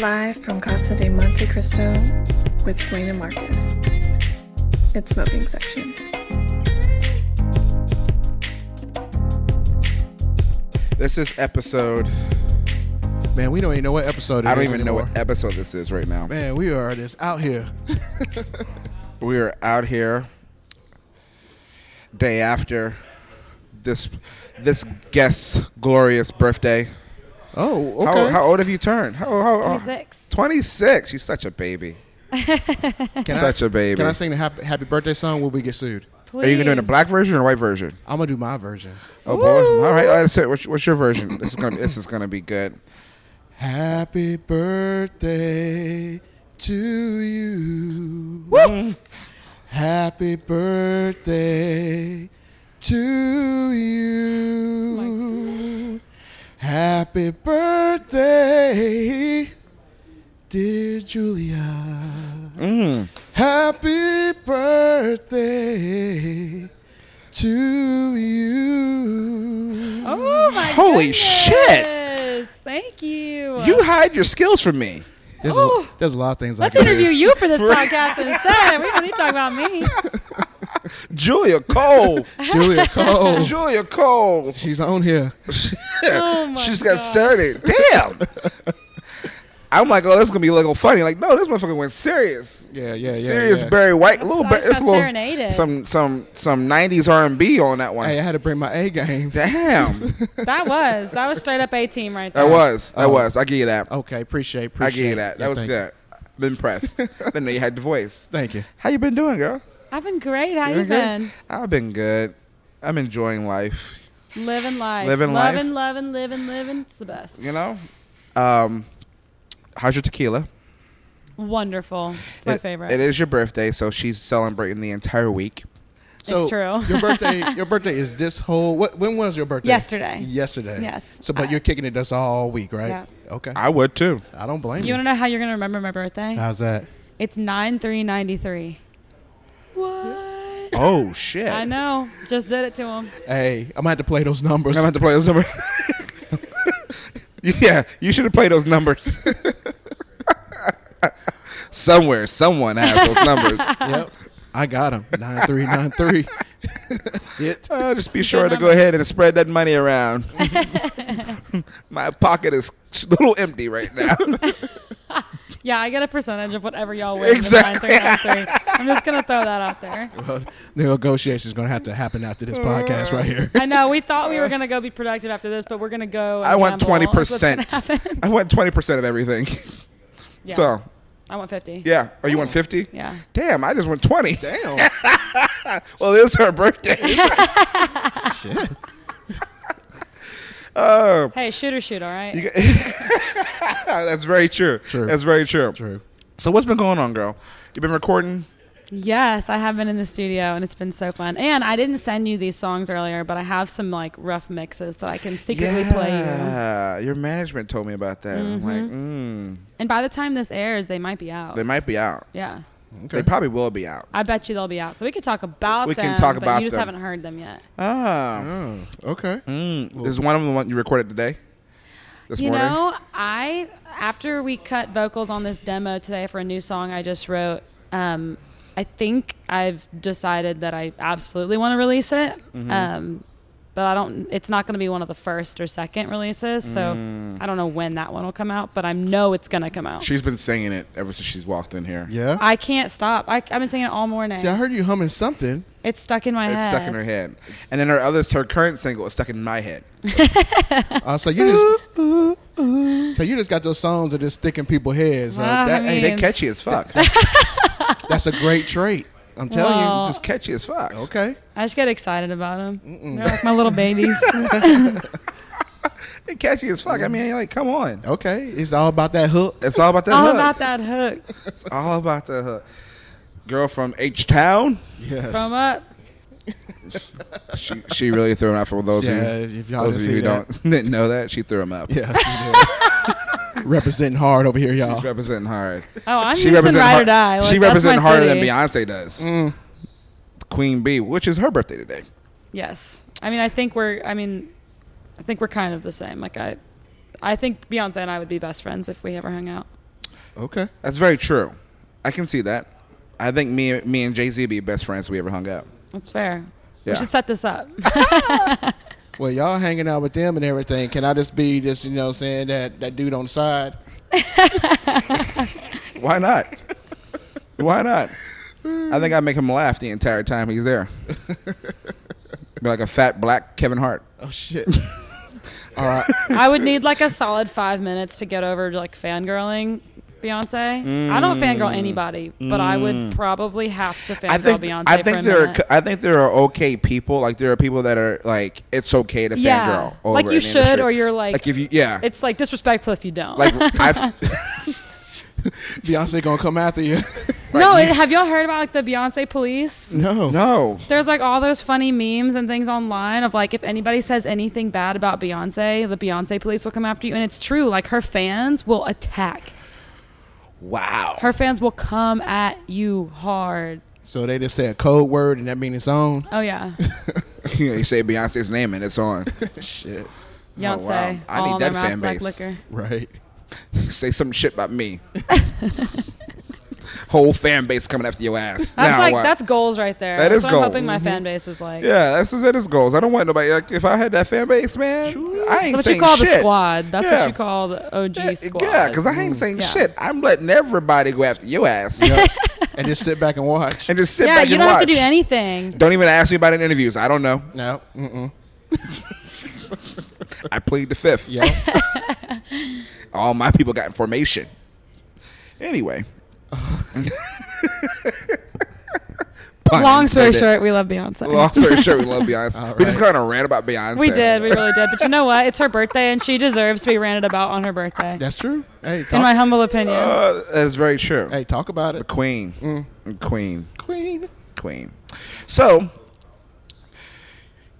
Live from Casa de Monte Cristo with Selena Marcus. It's smoking section. This is episode. Man, we don't even know what episode it I don't is even know anymore. what episode this is right now. Man, we are just out here. We are out here day after this this guest's glorious birthday. Oh, okay. How, how old have you turned? How, how, 26. 26. She's such a baby. can Such I, a baby. Can I sing the happy, happy birthday song? Will we get sued? Please. Are you gonna do it in a black version or white version? I'm gonna do my version. Oh boy! All right, all right. So what's, what's your version? This is gonna this is gonna be good. Happy birthday to you. Happy birthday to Oh you. Happy birthday, dear Julia. Mm. Happy birthday to you. Oh my Holy goodness. shit. Thank you. You hide your skills from me. There's, a, Ooh. there's a lot of things Let's I can do. interview you for this podcast instead. We don't need to talk about me. Julia Cole. Julia Cole. Julia Cole. She's on here. Oh my She's got gosh. Saturday. Damn. I'm like, oh, this is gonna be a little funny. Like, no, this motherfucker went serious. Yeah, yeah, yeah. serious yeah. Barry White, a little, I Bar- just it's a got little serenaded. some some some '90s R&B on that one. Hey, Uh, I had to bring my A game. Damn, That was that was straight up a team right there. that was, that Oh. was. I give you that. Okay, appreciate, I appreciate. give you that. Yeah, That was thank good. I'm impressed. Didn't know you had the voice. you. Thank you. How you been doing, girl? I've been great. How you Doing good? been? I've been good. I'm enjoying life. Living life. Living life. Loving, loving, living, living. It's the best. You know. Um, how's your tequila? Wonderful. It's my It- favorite. It is your birthday, so she's celebrating the entire week. So true. your birthday, your birthday is this whole. What? When was your birthday? Yesterday. Yesterday. Yes. Uh, So, but you're kicking it us all week, right? Yeah. Okay. I, I would too. don't blame You you. wanna know how you're gonna remember my birthday? Uh. How's that? It's nine three ninety three. What? Oh shit! I know. Just did it to him. Hey, I'm gonna have to play those numbers. I'm gonna have to play those numbers. yeah, you should have played those numbers. Somewhere, someone has those numbers. yep. I got him. Nine three nine three. It. Uh, just be sure to go ahead and spread that money around. My pocket is a little empty right now. Yeah, I get a percentage of whatever y'all win. in the Exactly. 9393. I'm just gonna throw that out there. Well, uh, the negotiation's gonna have to happen after this podcast right here. I know we thought we were gonna go be productive after this, but we're gonna go. and I want gamble. twenty That's what's gonna percent. happen. I want twenty percent of everything. Yeah. So I want fifty. yeah, oh, you want fifty? Yeah. Damn, I just went twenty. Damn. Well, it's her birthday. Shit. Hey, shoot or shoot. All right. Oh, That's very true. True. That's very true. True. So what's been going on, girl? You've been recording. yes, I have been in the studio and it's been so fun. And I didn't send you these songs earlier, but I have some like rough mixes that I can secretly play you. Mm-hmm. Yeah, your management told me about that. I'm like, mm, And by the time this airs, they might be out. they might be out. yeah. They probably will be out. I bet you they'll be out. So we could talk about We them. can talk but about You just them. haven't heard them yet. Oh, Oh, okay. mm. is one of them one you recorded today? This you morning. know i after we cut vocals on this demo today for a new song i just wrote um, i think i've decided that i absolutely want to release it Mm-hmm. um, but i don't it's not going to be one of the first or second releases so Mm. i don't know when that one will come out but i know it's going to come out She's been singing it ever since she's walked in here. Yeah. i can't stop I, i've been singing it all morning See, I heard you humming something. it's stuck in my It's head stuck in her head, and then her other, her current single is stuck in my head. Uh, so you just, so you just got those songs that just stick in people's heads. Uh, Wow, that, I hey, mean- They catchy as fuck. Oh. that's a great trait. I'm telling Well- Just catchy as fuck. you. Okay. i just get excited about them they're like my little babies They catchy as fuck. I mean, like, come on. Okay. It's all about that hook. It's all about that. all hook. about that hook It's all about the hook. Girl from H Town. Yes. from up She, she really threw him out for those Yeah, of you, if y'all those of didn't you who see that. don't didn't know that she threw him up. yeah. yeah. Representing hard over here, y'all. Representing hard. oh i'm using ride har- or die Like, she that's representing my harder than city. Beyonce does. Mm. Queen B, which is her birthday today. Yes. I mean, I think we're. I mean, I think we're kind of the same. Like I, I think Beyonce and I would be best friends if we ever hung out. Okay. That's very true. I can see that. I think me, me and Jay Z be best friends if we ever hung out. That's fair. Yeah. We should set this up. Well, y'all hanging out with them and everything. Can I just be just, you know, saying that that dude on the side? Why not? Why not? I think I make him laugh the entire time he's there. Be like a fat black Kevin Hart. Oh shit. All right. I would need like a solid five minutes to get over like fangirling Beyonce. I don't fangirl anybody, but I would probably have to fangirl Mm. I think Beyonce. I for a think there are minute. I think there are okay people. Like there are people that are like it's okay to Yeah. fangirl. Over Like you an should, industry. or you're like- if you yeah. It's like disrespectful if you don't. like I Beyonce gonna come after you. no, it- have y'all heard about like the Beyonce police? no. no. There's like all those funny memes and things online of like if anybody says anything bad about Beyonce, the Beyonce police will come after you. And it's true. Like her fans will attack. Wow. Her fans will come at you hard. So they just say a code word and that means it's on. Oh yeah, you say Beyonce's name and it's on. shit. Beyonce. wow. I all need in their that mouth fan like base. liquor. Right. say some shit about me. Whole fan base coming after your ass. That's now like what? that's goals right there. That is that's what goals. Mm-hmm. I'm hoping my fan base is like. Yeah, that's just that is goals. I don't want nobody like if I had that fan base, man. I ain't That's what saying you call shit. the squad. That's Yeah. what you call the OG squad. Mm, Yeah, because I ain't saying Yeah. shit. I'm letting everybody go after your ass Yep. and just sit back and watch. and just sit yeah, back you and don't watch. have to do anything. Don't even ask me about it in interviews. I don't know. No. Mm-mm. I plead the fifth. Yeah. All my people got information. Anyway. Pun Long story intended. short, we love Beyonce. Long story short, we love Beyonce. All We just right. kind of ran about Beyonce. we did, we really did. But you know what? It's her birthday, and she deserves to be ranted about on her birthday. That's true. Hey, talk, In my humble opinion, Uh, that is very true. hey, talk about it. Queen. Mm. Queen. Queen. Queen. So,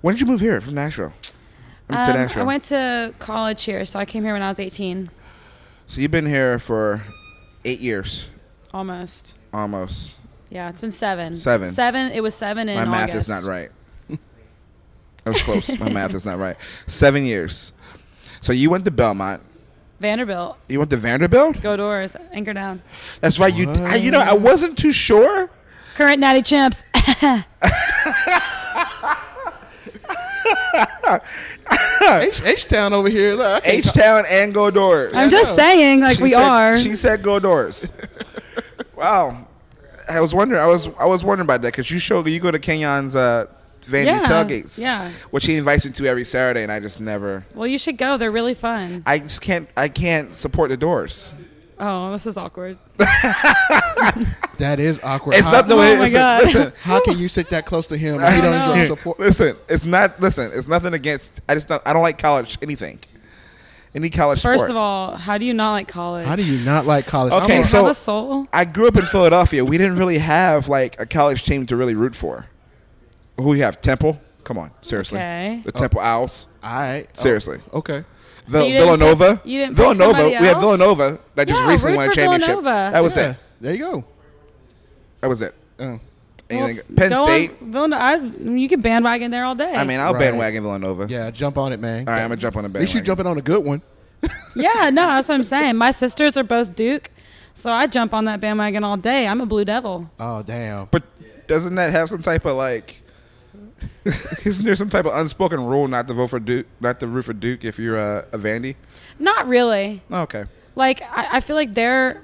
when did you move here from Nashville? Um, to Nashville. I went to college here, so I came here when I was 18, so you've been here for eight years, almost. almost. Yeah, it's been seven. Seven. Seven. It was seven in My math is August. not right. That was close. My math is not right. Seven years. So you went to Belmont. Vanderbilt, You went to Vanderbilt. go doors, anchor down. That's right. You. I, you know, I wasn't too sure. Current natty champs. H H Town over here. Look, I can't H Town and Go Doors. I'm just saying, like She we said- are. She said go doors. wow. I was wondering. I was I was wondering about that because you show you go to Kenyon's uh, Vandy Yeah, tailgates, yeah. which he invites me to every Saturday, and I just never. Well, you should go. They're really fun. I just can't. I can't support the doors. Oh, this is awkward. talk- That is awkward. It's how, not the way. my listen, God. listen, How can you sit that close to him? and he don't don't know. even support. listen. It's not. Listen. It's nothing against. I just don't. I don't like college anything. Any college. First sport. of all, how do you not like college? How do you not like college? I'm Okay, a- you so- have a soul? I grew up in Philadelphia. We didn't really have like a college team to really root for. Who we have? Temple. Come on, seriously. Okay. The Temple Oh. Owls. all right. Seriously. Oh, okay. Vill- you didn't Villanova. pick- you didn't pick Villanova. somebody We had else? Villanova that just Yeah, recently root won a for championship. Villanova. That was Yeah, it. there you go. That was it. Uh, Anything- Well, Penn go on- State. Villan- I, you can bandwagon there all day. I mean, I'll Right. bandwagon Villanova. yeah, jump on it, man. All right, I'm gonna jump on the At bandwagon. least you jumping on a good one. yeah, no, that's what I'm saying. My sisters are both Duke, so I jump on that bandwagon all day. I'm a Blue Devil. Oh damn. But doesn't that have some type of like? isn't there some type of unspoken rule not to vote for Duke, not to root for Duke if you're uh, a Vandy? Not really. Oh, okay. Like I, I feel like they're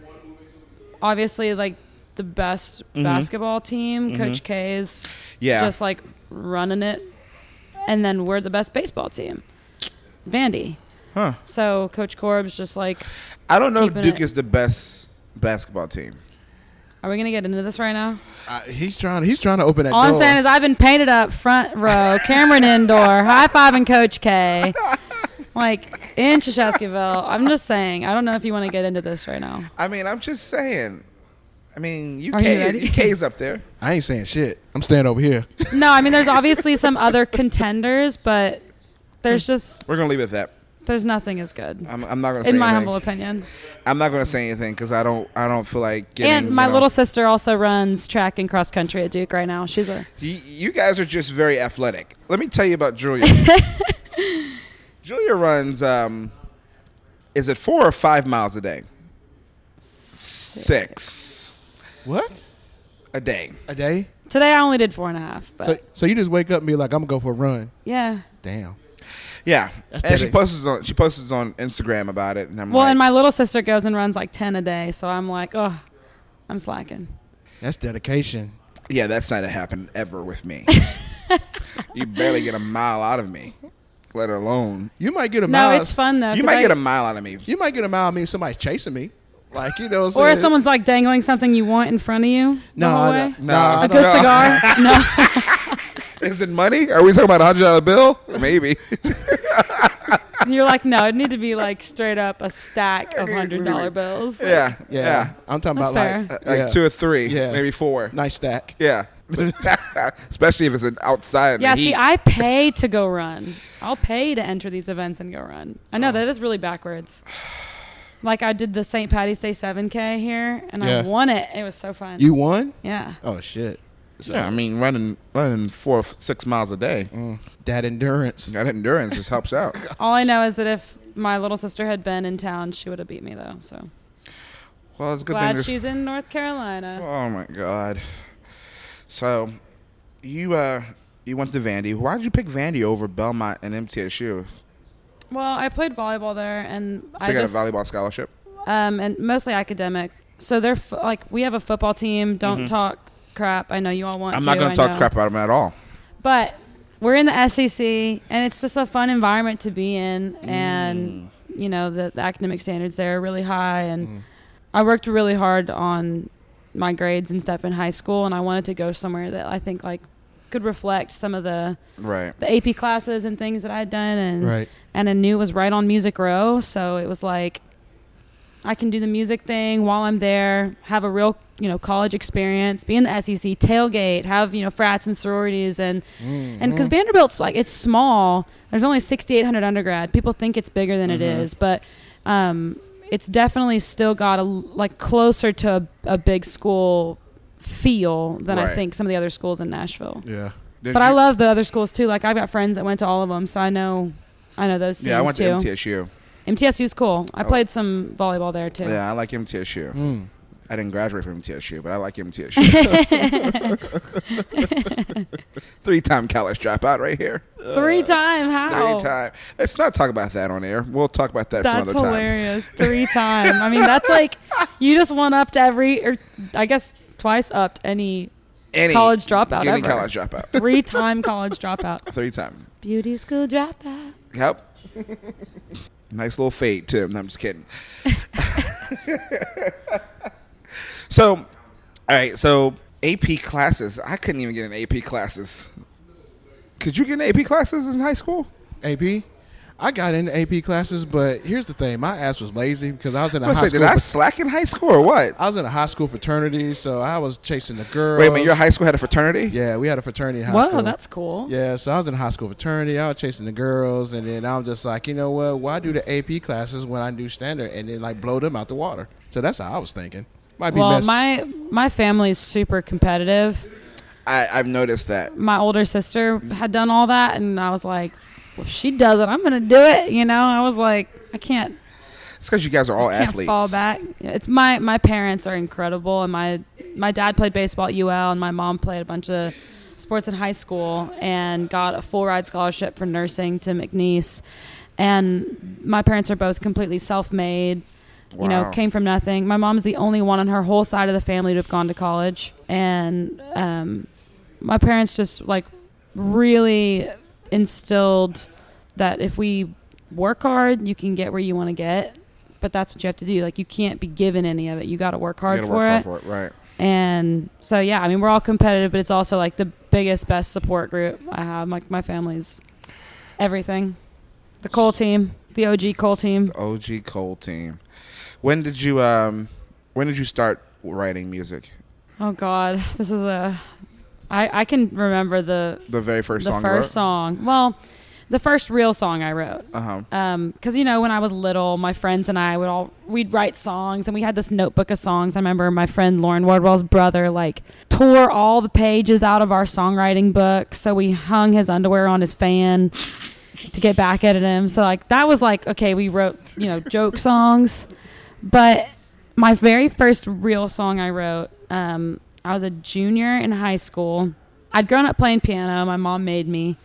obviously like the best basketball team. Coach K is Mm-hmm. Yeah. just like running it, and then we're the best baseball team, Vandy. Huh. So Coach Corb's just like, I don't know if Keeping Duke it- is the best basketball team. are we gonna get into this right now? Uh, he's trying. He's trying to open that All door. I'm saying is I've been painted up front row, Cameron indoor, high fiving Coach K, like in Shashaskyville. I'm just saying. I don't know if you want to get into this right now. I mean, I'm just saying. I mean, UK, Are you ready? UK's up there. I ain't saying shit. I'm staying over here. No, I mean there's obviously some other contenders, but there's Hmm. just We're gonna leave it at that. there's nothing as good I'm, I'm not gonna. Say in my anything. humble opinion. I'm not gonna say anything because I don't. I don't feel like. Getting, And my you know- little sister also runs track and cross country at Duke right now. She's a You, you guys are just very athletic. Let me tell you about Julia. Julia runs. Um, is it four or five miles a day? six What? a day. A day? Today I only did four and a half, but So, so you just wake up and be like, I'm gonna go for a run. yeah. Damn. Yeah, That's and she big. posts on she posts on Instagram about it, and I'm Well, like, and my little sister goes and runs like ten a day, so I'm like, oh, I'm slacking. That's dedication. yeah, that's not happened ever with me. you barely get a mile out of me, let alone You might get a No, mile. it's fun though. you 'cause might I- get a mile out of me. You might get a mile. I mean, somebody's chasing me. Like you know, what I'm or if saying? someone's like dangling something you want in front of you. no, the whole way. I- no, I A don't- good No. cigar? No. Is it money? Are we talking about a hundred dollar bill? Maybe. You're like, no, it'd need to be like straight up a stack of hundred dollar bills. Like, yeah, Yeah, yeah, I'm talking That's about fair. like, like yeah, two or three, Yeah. maybe four. nice stack. Yeah, especially if it's an outside. in the Yeah, see, heat. I pay to go run. I'll pay to enter these events and go run. I know that is really backwards. Like I did the St. Patty's Day 7K here, and Yeah. I won it. It was so fun. You won? yeah, Oh shit! yeah, I mean running running four six miles a day. That endurance. Mm, That endurance just helps out. all I know is that if my little sister had been in town, she would have beat me though. So Well, it's a good thing. glad there's- she's in North Carolina. Oh my god. So, you uh you went to Vandy. Why did you pick Vandy over Belmont and MTSU? So Well, I played volleyball there, and I you got just, a volleyball scholarship. um, and mostly academic. So they're f- like we have a football team. Don't talk crap. I know you all want. Mm-hmm. I'm not to, going I to talk know. crap about them at all. but we're in the SEC, and it's just a fun environment to be in. And Mm. you know the, the academic standards there are really high, and I worked really hard on my grades and stuff in high school, and I wanted to go somewhere that I think like could reflect some of the Right. the AP classes and things that I'd done, and Right. and I knew it was right on Music Row, so it was like I can do the music thing while I'm there, have a real you know college experience, be in the SEC, tailgate, have you know frats and sororities, and and because Vanderbilt's like it's small, there's only 6,800 undergrad. People think it's bigger than it is, but um, it's definitely still got a l- like closer to a, a big school feel than I Right. think some of the other schools in Nashville. Yeah. Did But I you- love the other schools too. Like I've got friends that went to all of them, so I know, I know those. Yeah, I went scenes, to too. MTSU. MTSU is cool. I played some volleyball there too. Yeah, I like MTSU. Mm. I didn't graduate from MTSU, but I like MTSU. Three-time college dropout right here. Three time, how? Uh, Three time. Let's not talk about that on air. We'll talk about that some That's other time. hilarious. Three time. I mean, that's like you just one upped every, or I guess twice upped any Any college dropout Any ever. college dropout. three time college dropout. Three time. Beauty school dropout. Yep. nice little fade too. No, I'm just kidding. so, all right. So AP classes. I couldn't even get an AP classes. Could you get an AP classes in high school? AP. I got into AP classes, but here's the thing: my ass was lazy because I was in a I high say, school. did I fr- slack in high school or what? I was in a high school fraternity, so I was chasing the girls. Wait a minute. Your high school had a fraternity. yeah, we had a fraternity in high Whoa, school. that's cool. Yeah, so I was in high school fraternity. I was chasing the girls, and then I was just like, you know what? Why do the AP classes when I do standard, and then like blow them out the water? So that's how I was thinking. Might be Well, messed. my my family's super competitive. I, I've noticed that. my older sister had done all that, and I was like, well, if she does it, I'm gonna do it. You know, I was like, I can't, It's because you guys are all can't athletes. fall back. Yeah, It's my my parents are incredible, and my my dad played baseball at UL, and my mom played a bunch of sports in high school, and got a full ride scholarship for nursing to McNeese, and my parents are both completely self made. You know, Wow. came from nothing. My mom's the only one on her whole side of the family to have gone to college, and um, my parents just like really instilled that if we work hard, you can get where you want to get. But that's what you have to do. Like you can't be given any of it. You got to work You hard gotta for work it. hard for it, right? And so yeah, I mean we're all competitive, but it's also like the biggest, best support group I have. Like my family's everything. The Cole team, the OG Cole team. OG Cole team. When did you um? When did you start writing music? Oh God, this is a. I I can remember the The very first the song. first song. Well, the first real song I wrote. Uh huh. Um, 'cause because you know when i was little my friends and i would all we'd write songs and we had this notebook of songs i remember my friend lauren wardwell's brother like tore all the pages out of our songwriting book so we hung his underwear on his fan to get back at him so like that was like okay we wrote you know joke songs but my very first real song I wrote. Um, I was a junior in high school. I'd grown up playing piano. My mom made me.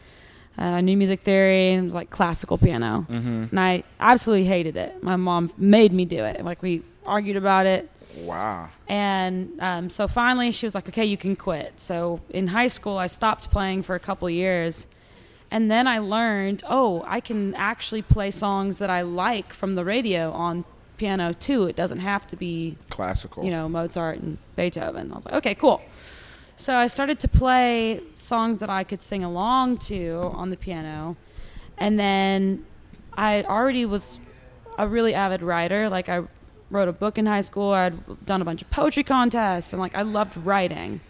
Uh, I knew music theory and it was like classical piano, and I absolutely hated it. My mom made me do it. Like we argued about it. Wow. And um, so finally, she was like, "Okay, you can quit." So in high school, I stopped playing for a couple years, and then I learned, oh, I can actually play songs that I like from the radio on piano too. It doesn't have to be Classical. you know Mozart and Beethoven. I was like, okay, cool. So I started to play songs that I could sing along to on the piano, and then I already was a really avid writer. Like I wrote a book in high school. I'd done a bunch of poetry contests, and like I loved writing.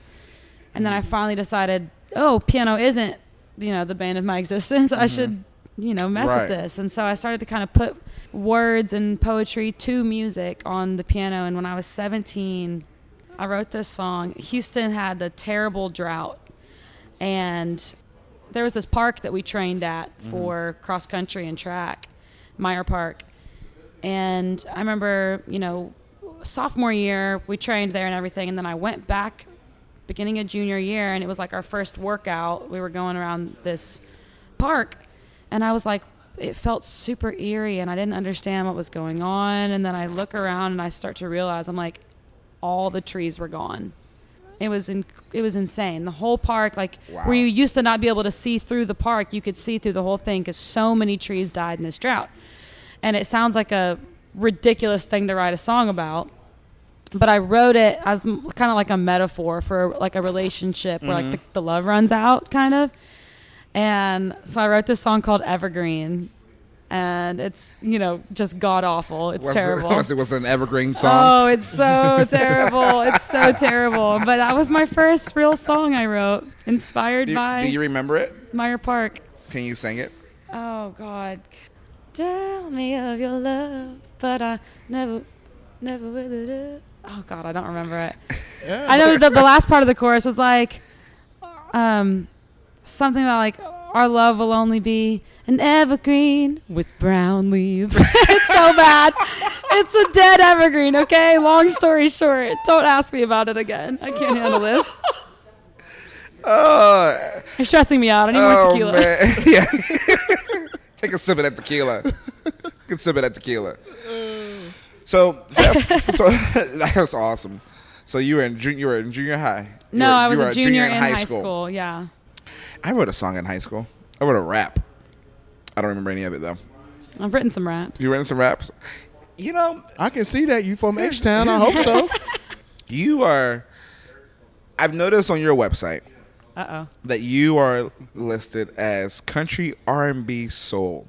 And then I finally decided, oh, piano isn't you know the bane of my existence. I should you know mess Right. with this. And so I started to kind of put words and poetry to music on the piano. And when I was 17, I wrote this song. Houston had the terrible drought, and there was this park that we trained at for cross country and track, Meyer Park. And I remember, you know, sophomore year, we trained there and everything. And then I went back beginning of junior year, and it was like our first workout. We were going around this park, and I was like, it felt super eerie, and I didn't understand what was going on. And then I look around and I start to realize I'm like, all the trees were gone. It was in, it was insane. The whole park, like Wow. where you used to not be able to see through the park, you could see through the whole thing because so many trees died in this drought. And it sounds like a ridiculous thing to write a song about, but I wrote it as kind of like a metaphor for like a relationship where like Mm-hmm. the, the love runs out, kind of. And so I wrote this song called Evergreen, and it's you know just god awful. It's Was it- terrible. was it was an evergreen song. Oh, it's so terrible. It's so terrible. But that was my first real song I wrote, inspired do, you, by do you remember it? Meyer Park. Can you sing it? Oh God, tell me of your love, but I never, never will it. Oh God, I don't remember it. Yeah. I know that the last part of the chorus was like, um, something about like our love will only be an evergreen with brown leaves. it's so bad. It's a dead evergreen. Okay. Long story short, don't ask me about it again. I can't handle this. Oh, You're stressing me out. I need more oh tequila. man. yeah. Take a sip of that tequila. Good sip of that tequila. So, fast- so that's awesome. So you were in junior, you were in junior high. You No, were- I you was were a junior in high school. Yeah. I wrote a song in high school. I wrote a rap. I don't remember any of it though. I've written some raps. You written some raps. You know, I can see that you from H Town. I hope so. you are. I've noticed on your website Uh oh. that you are listed as country R and B soul.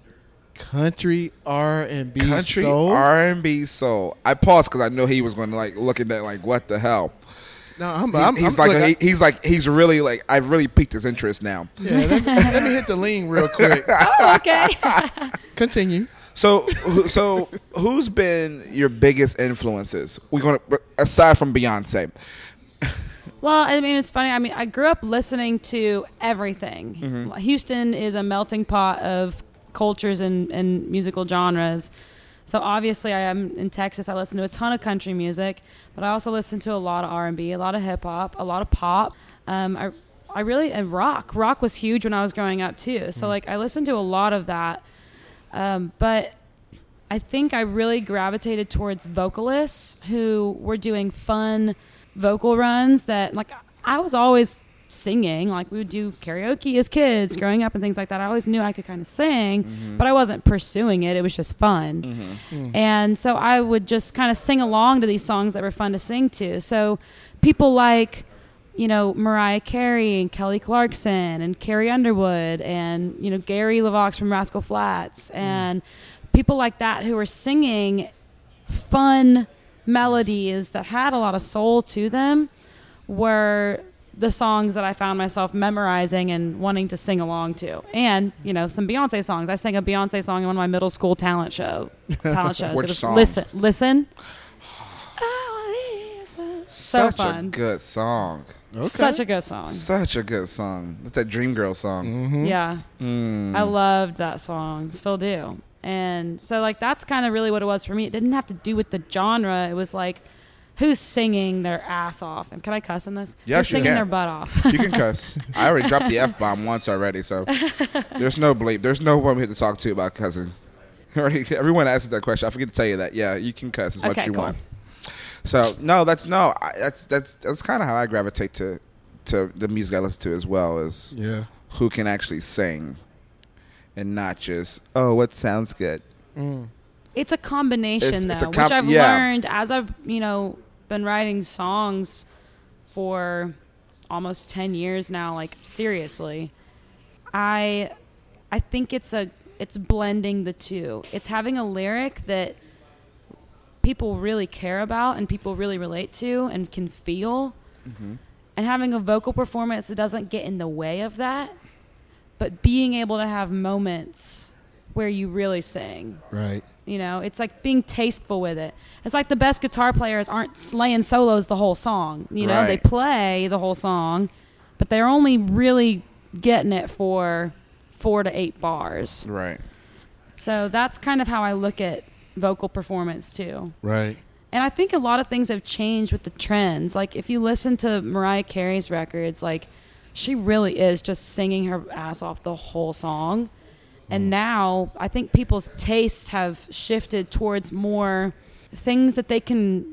Country R and B Country soul. R and B soul. I paused because I know he was going to like look at that like what the hell. no, I'm, I'm, he's I'm- like look, he- he's like he's really like I've really piqued his interest now. I- yeah, let, me, let me hit the lean real quick. Oh, okay. Continue. So who- so who's been your biggest influences? We're going to aside from Beyonce. well, I mean, it's funny. I mean, I grew up listening to everything. Houston is a melting pot of cultures and, and musical genres. So obviously, I am in Texas. I listen to a ton of country music, but I also listen to a lot of R and B, a lot of hip hop, a lot of pop. Um, I I really and rock. Rock was huge when I was growing up too. So like, I listened to a lot of that. Um, but I think I really gravitated towards vocalists who were doing fun vocal runs that like I was always singing like we would do karaoke as kids growing up and things like that I always knew I could kind of sing but I wasn't pursuing it it was just fun and so I would just kind of sing along to these songs that were fun to sing to so people like you know Mariah Carey and Kelly Clarkson and Carrie Underwood and you know Gary Lavox from Rascal Flats Mm. and people like that who were singing fun melodies that had a lot of soul to them were the songs that I found myself memorizing and wanting to sing along to, and you know some Beyonce songs. I sang a Beyonce song in one of my middle school talent show talent shows. Which it was song? Listen, listen. Oh, listen. So Such a fun. good song. Such a good song. Such a good Mm-hmm. song. That's that Dream Girl song. Yeah. I loved that song. Still do. And so like that's kind of really what it was for me. It didn't have to do with the genre. It was like who's singing their ass off. And can I cuss in this? Yes, Who's you singing can. their butt off. You can cuss. I already dropped the f bomb once already, so there's no bleep. There's no one here to talk to about cussing. Already, everyone asks that question. I forget to tell you that. Yeah, you can cuss as much Okay, as you cool. want. So no, that's no. I, that's that's that's kind of how I gravitate to to the music I listen to as well is Yeah. who can actually sing and not just oh what sounds good. It's a combination It's- though, it's a comp- which I've yeah. learned as I've you know been writing songs for almost ten years now. Like seriously, I I think it's a it's blending the two. It's having a lyric that people really care about and people really relate to and can feel, Mm-hmm. and having a vocal performance that doesn't get in the way of that, but being able to have moments where you really sing Right. you know, it's like being tasteful with it. It's like the best guitar players aren't slaying solos the whole song. You know, they Right. play the whole song, but they're only really getting it for four to eight bars. Right. So that's kind of how I look at vocal performance too. Right. And I think a lot of things have changed with the trends. Like if you listen to Mariah Carey's records, like she really is just singing her ass off the whole song. Mm. And now I think people's tastes have shifted towards more things that they can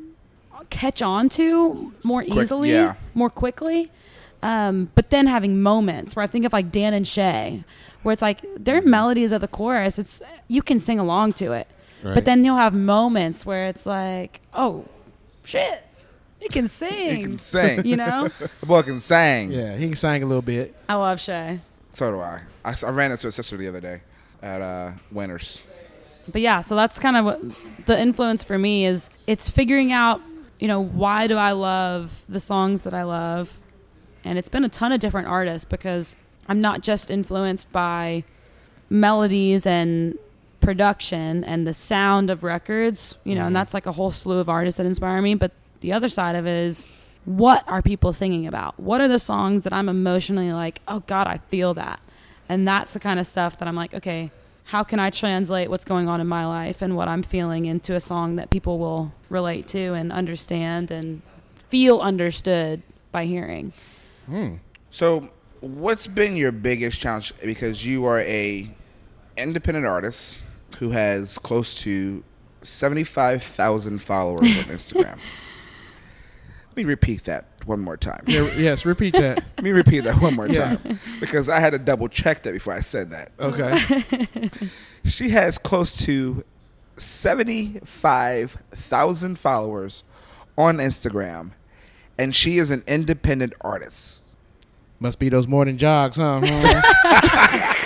catch on to more Quick- easily, yeah. more quickly. Um, but then having moments where I think of like Dan and Shay, where it's like their melodies of the chorus, it's you can sing along to it. Right. But then you'll have moments where it's like, oh, shit, you can sing. He can sing. You know? The boy can sing. Yeah, he can sing a little bit. I love Shay. So do I. I. I ran into a sister the other day at uh, Winners. But yeah, so that's kind of what the influence for me is it's figuring out, you know, why do I love the songs that I love? And it's been a ton of different artists because I'm not just influenced by melodies and production and the sound of records, you Mm-hmm. know, and that's like a whole slew of artists that inspire me. But the other side of it is what are people singing about? What are the songs that I'm emotionally like, oh God, I feel that? And that's the kind of stuff that I'm like, okay, how can I translate what's going on in my life and what I'm feeling into a song that people will relate to and understand and feel understood by hearing? So, what's been your biggest challenge? Because you are a independent artist who has close to seventy five thousand followers on Instagram. Let me repeat that one more time. Yeah, re- yes, repeat that. Let me repeat that one more Yeah. time because I had to double check that before I said that. Okay. She has close to 75,000 followers on Instagram, and she is an independent artist. Must be those morning jogs, huh? Huh?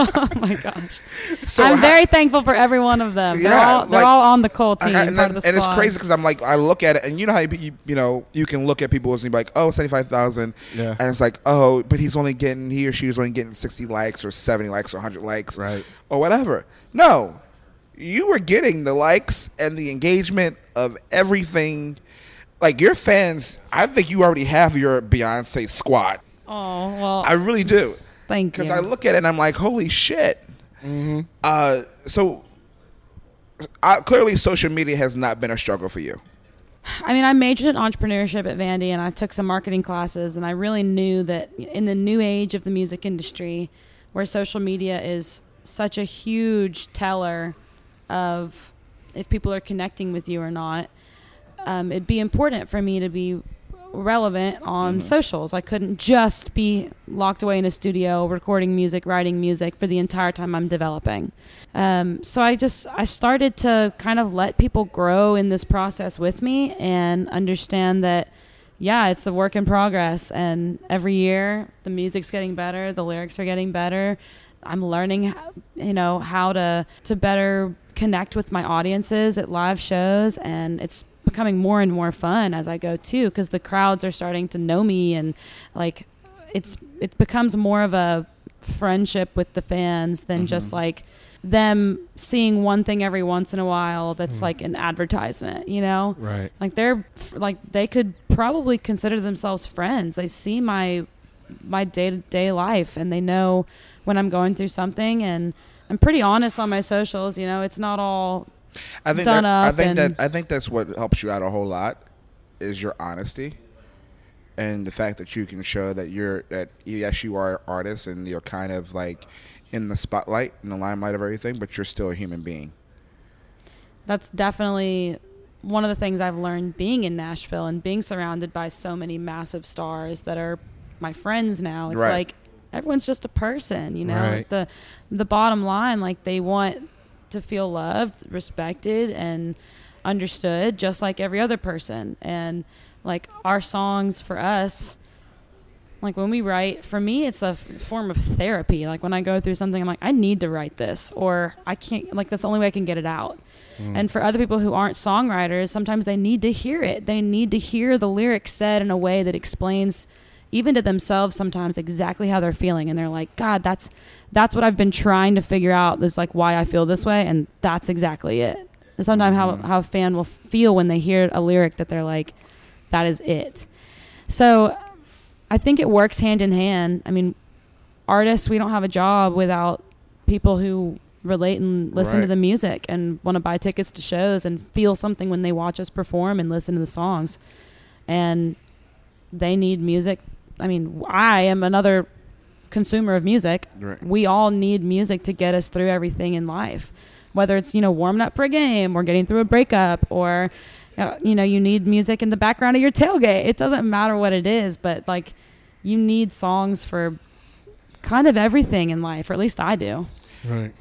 Oh my gosh. So I'm how- very thankful for every one of them. They're, Yeah, all, they're like- all on the Cole I- team. I- part and, of the and it's squad. crazy because I'm like, I look at it, and you know how you, you, you know you can look at people and be like, oh, 75,000. Yeah. And it's like, oh, but he's only getting, he or she is only getting 60 likes or 70 likes or 100 likes. Right. Or whatever. No. You were getting the likes and the engagement of everything. Like your fans, I think you already have your Beyonce squad. Oh, well, I really do. thank you. Because I look at it and I'm like, holy shit. Mm-hmm. Uh, so I, clearly, social media has not been a struggle for you. I mean, I majored in entrepreneurship at Vandy and I took some marketing classes, and I really knew that in the new age of the music industry, where social media is such a huge teller of if people are connecting with you or not, um, it'd be important for me to be relevant on Mm-hmm. socials. I couldn't just be locked away in a studio recording music, writing music for the entire time I'm developing. Um, so I just I started to kind of let people grow in this process with me and understand that yeah, it's a work in progress and every year the music's getting better, the lyrics are getting better. I'm learning how- you know how to to better connect with my audiences at live shows and it's becoming more and more fun as I go too cuz the crowds are starting to know me and like it's it becomes more of a friendship with the fans than just like them seeing one thing every once in a while that's like an advertisement, you know? right. Like they're like they could probably consider themselves friends. They see my my day to day life and they know when I'm going through something and I'm pretty honest on my socials. You know, it's not all I think done that, I up think that and- I think that's what helps you out a whole lot is your honesty and the fact that you can show that you're that yes you are an artist and you're kind of like in the spotlight in the limelight of everything, but you're still a human being. that's definitely one of the things I've learned being in Nashville and being surrounded by so many massive stars that are my friends now. It's Right. like everyone's just a person, you know. Right. The the bottom line, like they want to feel loved, respected, and understood, just like every other person. And like our songs for us, like when we write for me it's a f- form of therapy like when i go through something i'm like i need to write this or i can't like that's the only way i can get it out Mm, and for other people who aren't songwriters sometimes they need to hear it they need to hear the lyrics said in a way that explains even to themselves sometimes exactly how they're feeling and they're like god that's that's what i've been trying to figure out is like why i feel this way and that's exactly it and sometimes how, how a fan will feel when they hear a lyric that they're like that is it so I think it works hand in hand. I mean, artists, we don't have a job without people who relate and listen Right. to the music and want to buy tickets to shows and feel something when they watch us perform and listen to the songs. And they need music. I mean, I am another consumer of music. Right. We all need music to get us through everything in life, whether it's you know warming up for a game or getting through a breakup or uh, you know you need music in the background of your tailgate. It doesn't matter what it is, but like you need songs for kind of everything in life, or at least I do. Right.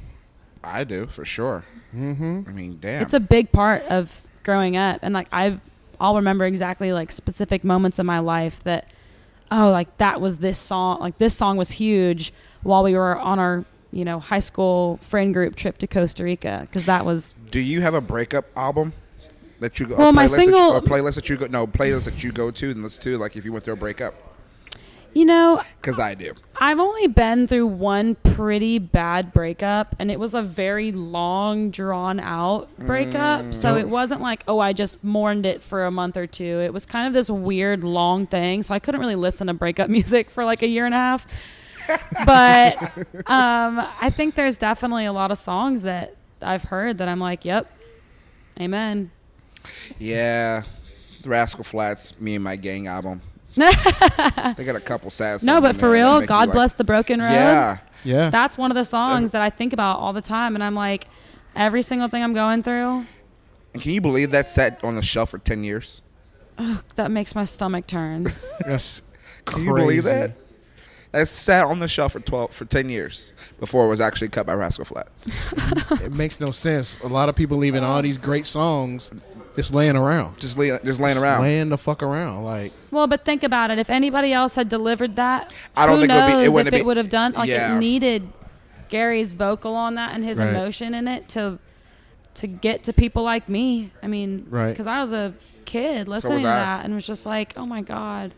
I do for sure. Mm-hmm. I mean, damn. It's a big part of growing up, and like I, I'll remember exactly like specific moments in my life that, oh, like that was this song, like this song was huge while we were on our you know high school friend group trip to Costa Rica because that was do you have a breakup album? That you go, Well, a my playlist that you- single- a playlist that you go, no playlist that you go to and listen to, like if you went through a breakup, you know because I do. I've only been through one pretty bad breakup, and it was a very long, drawn out breakup. Mm. So it wasn't like, oh, I just mourned it for a month or two. It was kind of this weird, long thing. So I couldn't really listen to breakup music for like a year and a half. but um, I think there's definitely a lot of songs that I've heard that I'm like, yep, amen. Yeah, the Rascal Flats, me and my gang album. they got a couple sad. No, songs but in for there that real, make you God like- bless the broken road. Yeah, Yeah. That's one of the songs that I think about all the time, and I'm like, every single thing I'm going through, and can you believe that sat on the shelf for ten years? that makes my stomach turn. That's Can you believe that? That sat on the shelf for twelve for ten years before it was actually cut by Rascal Flats. It makes no sense. A lot of people leaving all these great songs just laying around. Just lay, just laying around. Laying the fuck around. Like well, but think about it. If anybody else had delivered that, I don't who think it would knows be- it if wouldn't it be- would have done. Like yeah. it needed Gary's vocal on that and his Right. emotion in it to to get to people like me. I mean, Right. Because I was a kid listening to I. that and was just like, oh my god.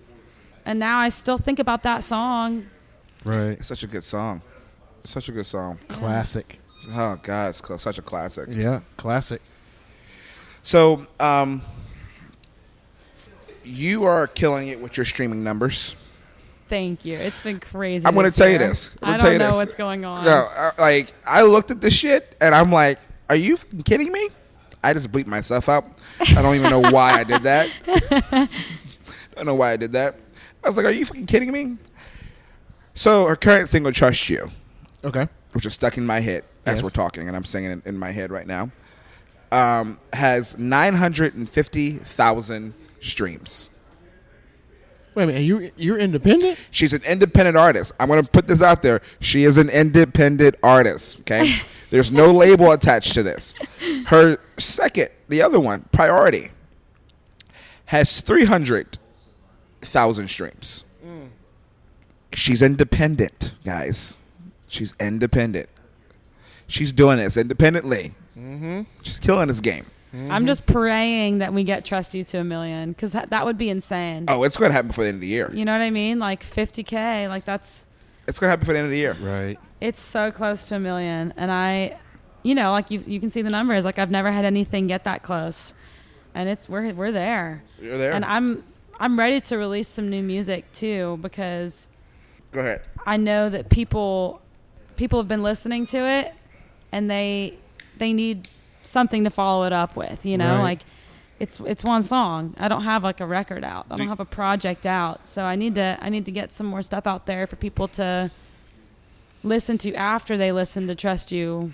And now I still think about that song. right. It's such a good song. It's such a good song. Classic. Oh God, it's cl- such a classic. Yeah. Classic. So, um, you are killing it with your streaming numbers. Thank you. It's been crazy. I'm going to this tell you year. this. I'm I gonna don't tell you know this. what's going on. No, I, like I looked at this shit and I'm like, are you fucking kidding me? I just bleeped myself out. I don't even know why I did that. I don't know why I did that. I was like, are you fucking kidding me? So her current single, Trust You, Okay. which is stuck in my head as Yes. we're talking and I'm singing it in my head right now, um, has 950,000 streams. Wait a minute. You you're independent? She's an independent artist. I'm going to put this out there. She is an independent artist. Okay. There's no label attached to this. Her second, the other one, Priority, has 300,000 streams. She's independent, guys. She's independent. She's doing this independently. She's killing this game. I'm just praying that we get Trusty to a million because that, that would be insane. Oh, it's going to happen before the end of the year. You know what I mean? Like 50K, like that's, It's going to happen before the end of the year. Right. it's so close to a million. And I, you know, like you, you can see the numbers. Like I've never had anything get that close. And it's, we're, we're there. You're there. And I'm, I'm ready to release some new music too because Go ahead. I know that people people have been listening to it and they they need something to follow it up with. You know, Right. like it's it's one song. I don't have like a record out. I don't have a project out. So I need to I need to get some more stuff out there for people to listen to after they listen to Trust You.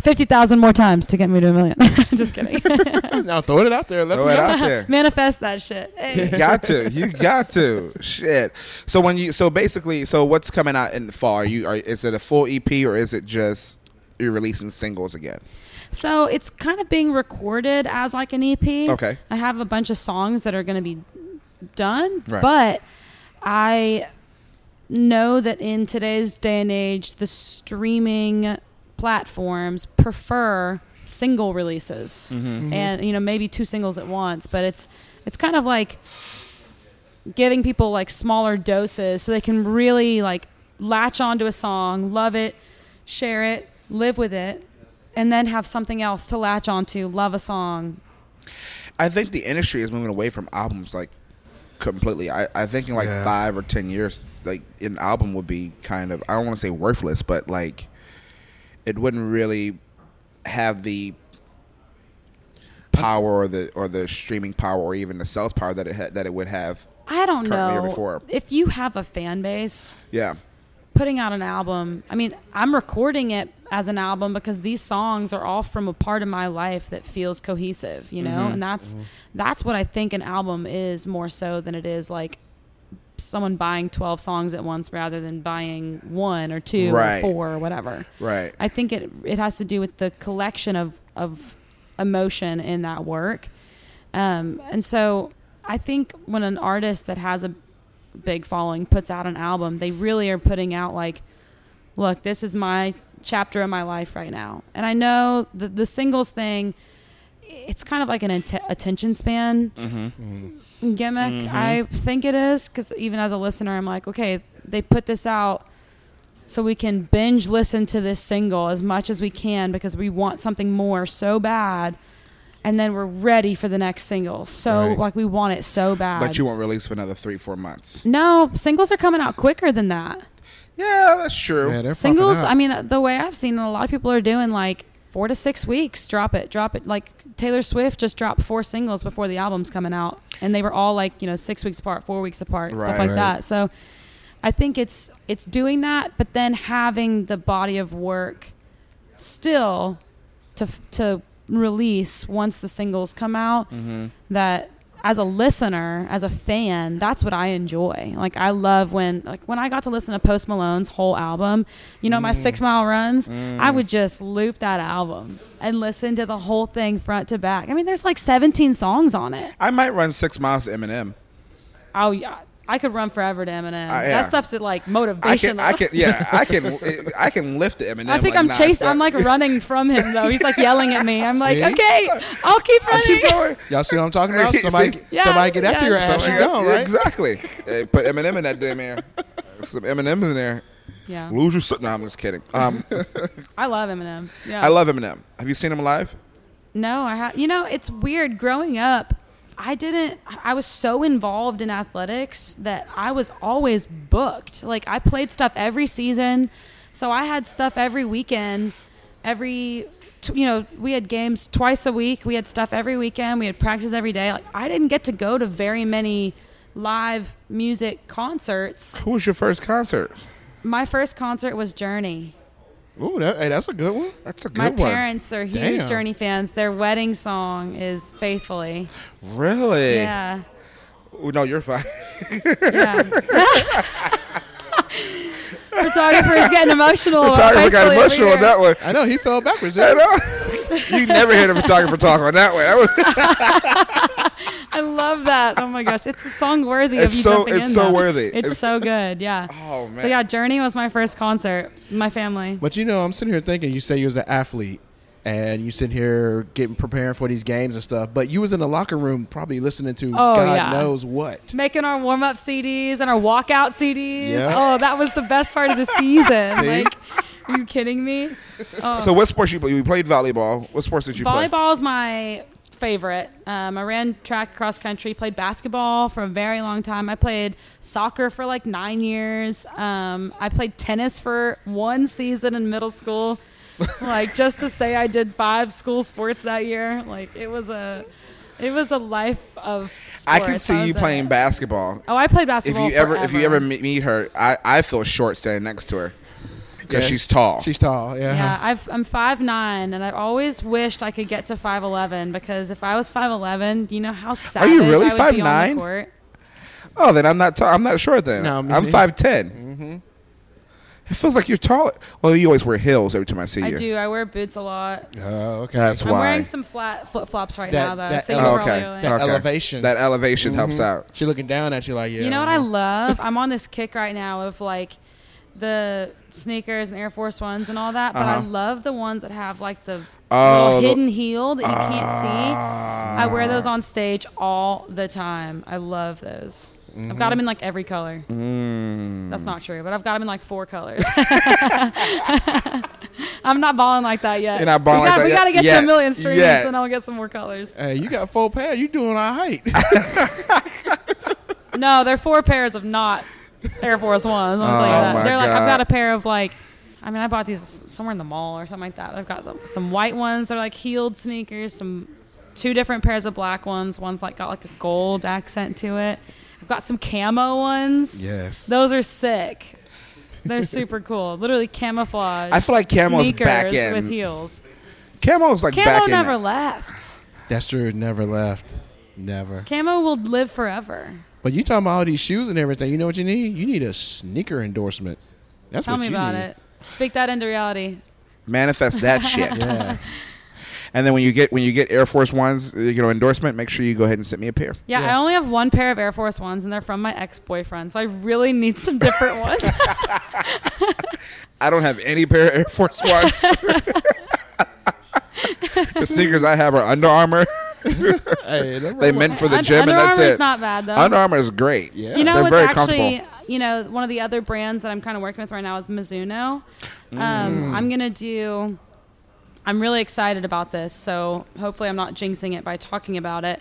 Fifty thousand more times to get me to a million. Just kidding. now throw it out there. Let Throw me it know. out there. Manifest that shit. Hey. You got to. You got to. Shit. So when you so basically so what's coming out in the fall? Are you are is it a full EP or is it just you're releasing singles again? So it's kind of being recorded as like an EP. Okay. I have a bunch of songs that are going to be done, Right. but I know that in today's day and age, the streaming platforms prefer single releases, Mm-hmm. and you know maybe two singles at once. But it's it's kind of like giving people like smaller doses so they can really like latch onto a song, love it, share it, live with it, and then have something else to latch onto, love a song. I think the industry is moving away from albums like completely. I, I think in like Yeah. five or ten years, like an album would be kind of I don't want to say worthless, but like it wouldn't really have the power or the or the streaming power or even the sales power that it had that it would have. I don't Currently or know. before. If you have a fan base, Yeah. putting out an album, I mean, I'm recording it as an album because these songs are all from a part of my life that feels cohesive, you know? And that's that's what I think an album is more so than it is like someone buying 12 songs at once rather than buying one or two Right. or four or whatever. Right. I think it it has to do with the collection of of emotion in that work, um, and so I think when an artist that has a big following puts out an album, they really are putting out like, look, this is my chapter of my life right now, and I know the the singles thing. It's kind of like an atten- attention span Mm-hmm. gimmick. I think it is because even as a listener, I'm like, okay, they put this out so we can binge listen to this single as much as we can because we want something more so bad, and then we're ready for the next single. So Right. like we want it so bad. But you won't release for another three, four months. no, singles are coming out quicker than that. Yeah, that's true. Yeah, they're fucking Singles, up. I mean, the way I've seen it, a lot of people are doing like four to six weeks. Drop it, drop it. Like Taylor Swift just dropped four singles before the album's coming out, and they were all like you know six weeks apart, four weeks apart, Right. stuff like Right. that. So I think it's it's doing that, but then having the body of work still to to release once the singles come out Mm-hmm. that as a listener as a fan that's what i enjoy like i love when like when i got to listen to post malone's whole album you know Mm. my six mile runs i would just loop that album and listen to the whole thing front to back i mean there's like 17 songs on it I might run six miles to Eminem. oh yeah i could run forever to eminem Uh, yeah. that stuff's at like motivational I can, I can, yeah, I can, I can lift the Eminem. I think like I'm nonstop. chasing. I'm like running from him though. He's like yelling at me. I'm like, See? okay, I'll keep I running. keep going. Y'all see what I'm talking about? See? Somebody, Yeah, somebody get after yeah. your ass. You Yeah, gone, right? Exactly. Hey, put Eminem in that damn air. Some Eminem's in there. Yeah, Lose your. s- No, I'm just kidding. Um, I love Eminem. Yeah, I love Eminem. Have you seen him live? No, I have. You know, it's weird. Growing up, I didn't. I was so involved in athletics that I was always booked. Like I played stuff every season, so I had stuff every weekend. Every, t- you know, we had games twice a week. We had stuff every weekend. We had practice every day. Like I didn't get to go to very many live music concerts. Who was your first concert? My first concert was Journey. Ooh, that, hey, that's a good one. That's a good My one. parents are huge Damn. Journey fans. Their wedding song is "Faithfully." Really? Yeah. Ooh, No, you're fine. Yeah. Photographer's getting emotional. about Photographer got faithfully Oh, over emotional on here. that one. I know he fell backwards. I didn't he? know. you never hear the photographer talk on that one. That was- I love that. Oh my gosh, it's a song worthy of It's you so- jumping it's in, so though. worthy. It's, It's- so good. Yeah. Oh, man. So yeah, Journey was my first concert. My family. But you know, I'm sitting here thinking. You say you was an athlete, and you sit here getting preparing for these games and stuff. But you was in the locker room, probably listening to Oh, God yeah. knows what. Making our warm up CDs and our walkout CDs. Yeah. Oh, that was the best part of the season. See? Like, are you kidding me? so, what sports you play? You played volleyball. What sports did you play? Volleyball is my favorite. Um, I ran track cross country, played basketball for a very long time. I played soccer for like nine years. Um, I played tennis for one season in middle school. like just to say I did five school sports that year, like it was a, it was a life of. Sports. I can see you was a- playing basketball. Oh, I played If basketball. you ever, if you forever. ever meet, meet her, I, I feel short standing next to her because Yeah. she's tall. She's tall. Yeah. Uh-huh. Yeah, I've, I'm five nine, and I've always wished I could get to five eleven because if I was five eleven, you know how savage you really I would be on 5'9"? the court. oh, then I'm not tall. I'm not short then. No, I'm me neither. Mm-hmm. 5'10". It feels like you're taller. Well, you always wear heels every time I see I you. do. I wear boots a lot. Oh, okay. That's I'm wearing why. Oh, some flat flip flops right That- now though, that so you ele- probably okay. like- That okay. elevation. Mm-hmm. That elevation helps out. She looking down at you like, yeah. You know what I love? I'm on this kick right now of like the sneakers and Air Force Ones and all that, but I Uh-huh. love the ones that have like the Oh, little the- hidden heel that you can't see. Ah. I wear those on stage all the time. I love those. I've got them Mm-hmm. in like every color. Mm. That's not true, but I've got them in like four colors. I'm not balling like that yet. You're not balling like we gotta, that we yet- gotta get yet. to a million streams, Yet. then I'll get some more colors. Hey, you got four pair. You doing all right. No, they're four pairs of not Air Force Ones. I'm Oh like my that. They're like I've God. got a pair of like, I mean I bought these somewhere in the mall or something like that. I've got some, some white ones. They're like heeled sneakers. Some two different pairs of black ones. One's like got like a gold accent to it. I've got some camo ones. Yes. those are sick. They're super cool. Literally camouflage. I feel like camo's sneakers back in. with heels. Camo's like Camo back in. never it. left. That's true. Never left. Never. Camo will live forever. But you talking about all these shoes and everything. You know what you need? You need a sneaker endorsement. That's Tell what me you about need. it. Speak that into reality. Manifest that shit. Yeah. And then when you get when you get Air Force Ones, uh, you know endorsement. Make sure you go ahead and send me a pair. Yeah, Yeah. I only have one pair of Air Force Ones, and they're from my ex boyfriend. So I really need some different ones. I don't have any pair of Air Force Ones. the sneakers I have are Under Armour. Hey, that They works. meant for the Und- gym, Under and that's Armour's it. not bad though. Under Armour is great. Yeah. you know, they're what's very actually, comfortable. you know, one of the other brands that I'm kind of working with right now is Mizuno. Mm. Um, I'm gonna do. I'm really excited about this, so hopefully I'm not jinxing it by talking about it.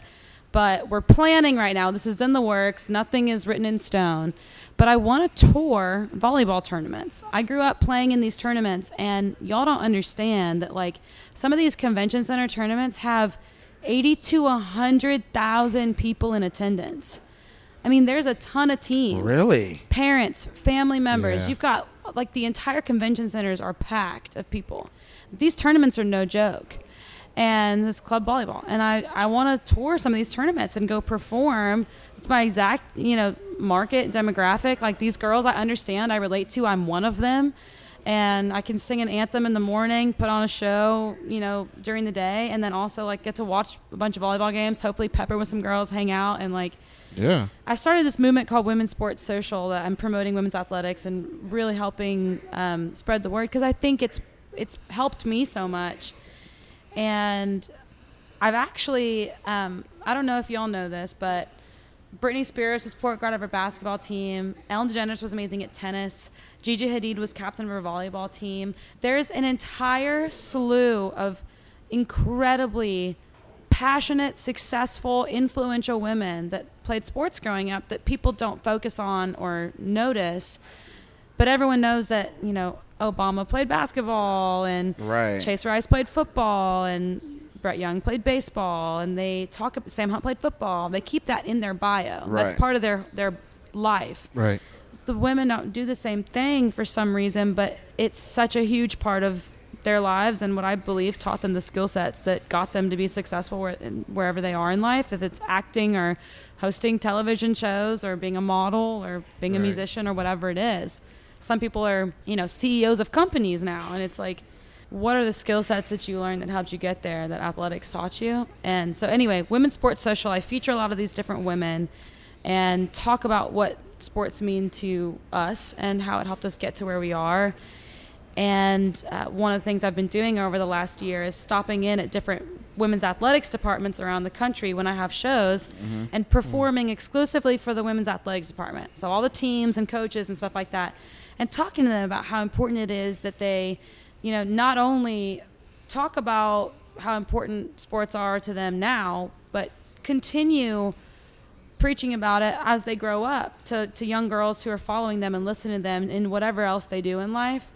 But we're planning right now. This is in the works. Nothing is written in stone. But I want to tour volleyball tournaments. I grew up playing in these tournaments, and y'all don't understand that like some of these convention center tournaments have eighty to hundred thousand people in attendance. I mean, there's a ton of teams. Really? Parents, family members. Yeah. You've got like the entire convention centers are packed of people. These tournaments are no joke. And this club volleyball. And I, I want to tour some of these tournaments and go perform. It's my exact, you know, market demographic. Like these girls I understand, I relate to, I'm one of them. And I can sing an anthem in the morning, put on a show, you know, during the day, and then also like get to watch a bunch of volleyball games, hopefully pepper with some girls, hang out and like Yeah. I started this movement called Women's Sports Social that I'm promoting women's athletics and really helping um, spread the word because I think it's it's helped me so much. And I've actually um, I don't know if y'all know this, but Britney Spears was port guard of her basketball team. Ellen DeGeneres was amazing at tennis. Gigi Hadid was captain of her volleyball team. There's an entire slew of incredibly passionate, successful, influential women that played sports growing up that people don't focus on or notice. But everyone knows that, you know, Obama played basketball and Right. Chase Rice played football and Brett Young played baseball and they talk Sam Hunt played football. They keep that in their bio. Right. That's part of their their life. Right. The women don't do the same thing for some reason, but it's such a huge part of their lives and what I believe taught them the skill sets that got them to be successful where, in- wherever they are in life, if it's acting or hosting television shows or being a model or being a Right. musician or whatever it is. Some people are, you know, CEOs of companies now and it's like what are the skill sets that you learned that helped you get there that athletics taught you? And so anyway, women's sports social, I feature a lot of these different women and talk about what sports mean to us and how it helped us get to where we are. And uh, one of the things I've been doing over the last year is stopping in at different women's athletics departments around the country when I have shows and performing exclusively for the women's athletics department. So, all the teams and coaches and stuff like that, and talking to them about how important it is that they, you know, not only talk about how important sports are to them now, but continue preaching about it as they grow up to, to young girls who are following them and listening to them in whatever else they do in life.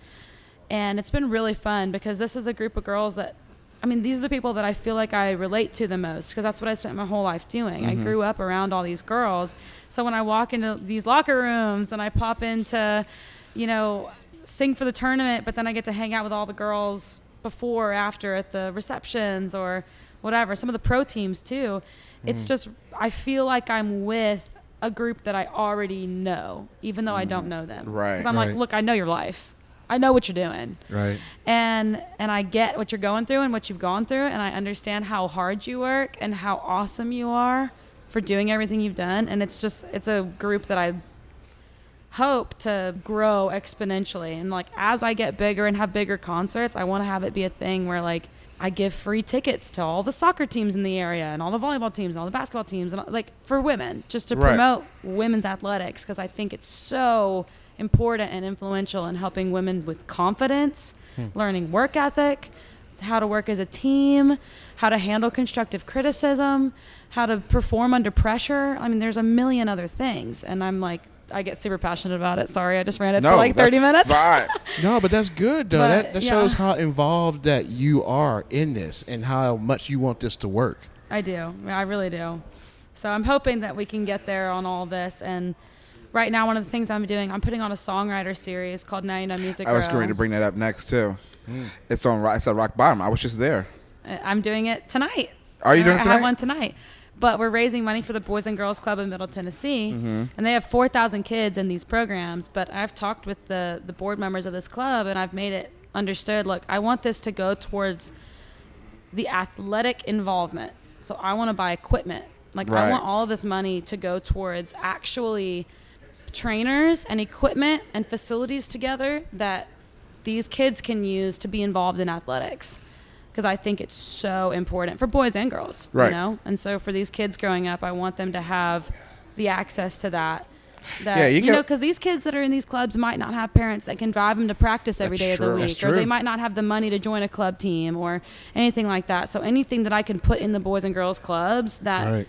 and it's been really fun because this is a group of girls that I mean, these are the people that I feel like I relate to the most because that's what I spent my whole life doing. I grew up around all these girls. So when I walk into these locker rooms and I pop into, you know, sing for the tournament, but then I get to hang out with all the girls before or after at the receptions or whatever, some of the pro teams too. It's just, I feel like I'm with a group that I already know, even though I don't know them. Right. Because I'm Right. like, look, I know your life, I know what you're doing Right. and and I get what you're going through and what you've gone through, and I understand how hard you work and how awesome you are for doing everything you've done. And it's just it's a group that I hope to grow exponentially. And like as I get bigger and have bigger concerts, I want to have it be a thing where like I give free tickets to all the soccer teams in the area and all the volleyball teams and all the basketball teams and all- like for women just to Right. promote women's athletics because I think it's so important and influential in helping women with confidence, Hmm. learning work ethic, how to work as a team, how to handle constructive criticism, how to perform under pressure. I mean, there's a million other things, and I'm like, I get super passionate about it. Sorry, I just ran it for like 30 that's minutes. fine. No, but that's good though. But, that that yeah. shows how involved that you are in this and how much you want this to work. I do. I really do. So I'm hoping that we can get there on all this. And right now, one of the things I'm doing, I'm putting on a songwriter series called Now You Know Music. I was Row. going to bring that up next too. It's on. Ro- It's at Rock Bottom. I was just there. I- Uh, I'm doing it tonight. Are you doing it I tonight? have one tonight. But we're raising money for the Boys and Girls Club in Middle Tennessee, Mm-hmm. and they have 4,000 kids in these programs. But I've talked with the the board members of this club, and I've made it understood. Look, I want this to go towards the athletic involvement. So I want to buy equipment. Like Right. I want all of this money to go towards actually trainers and equipment and facilities together that these kids can use to be involved in athletics because I think it's so important for boys and girls, Right. you know. And so for these kids growing up, I want them to have the access to that. That Yeah, you you, get- know, because these kids that are in these clubs might not have parents that can drive them to practice every That's day true. of the That's week, or true. they might not have the money to join a club team or anything like that. So anything that I can put in the boys and girls clubs that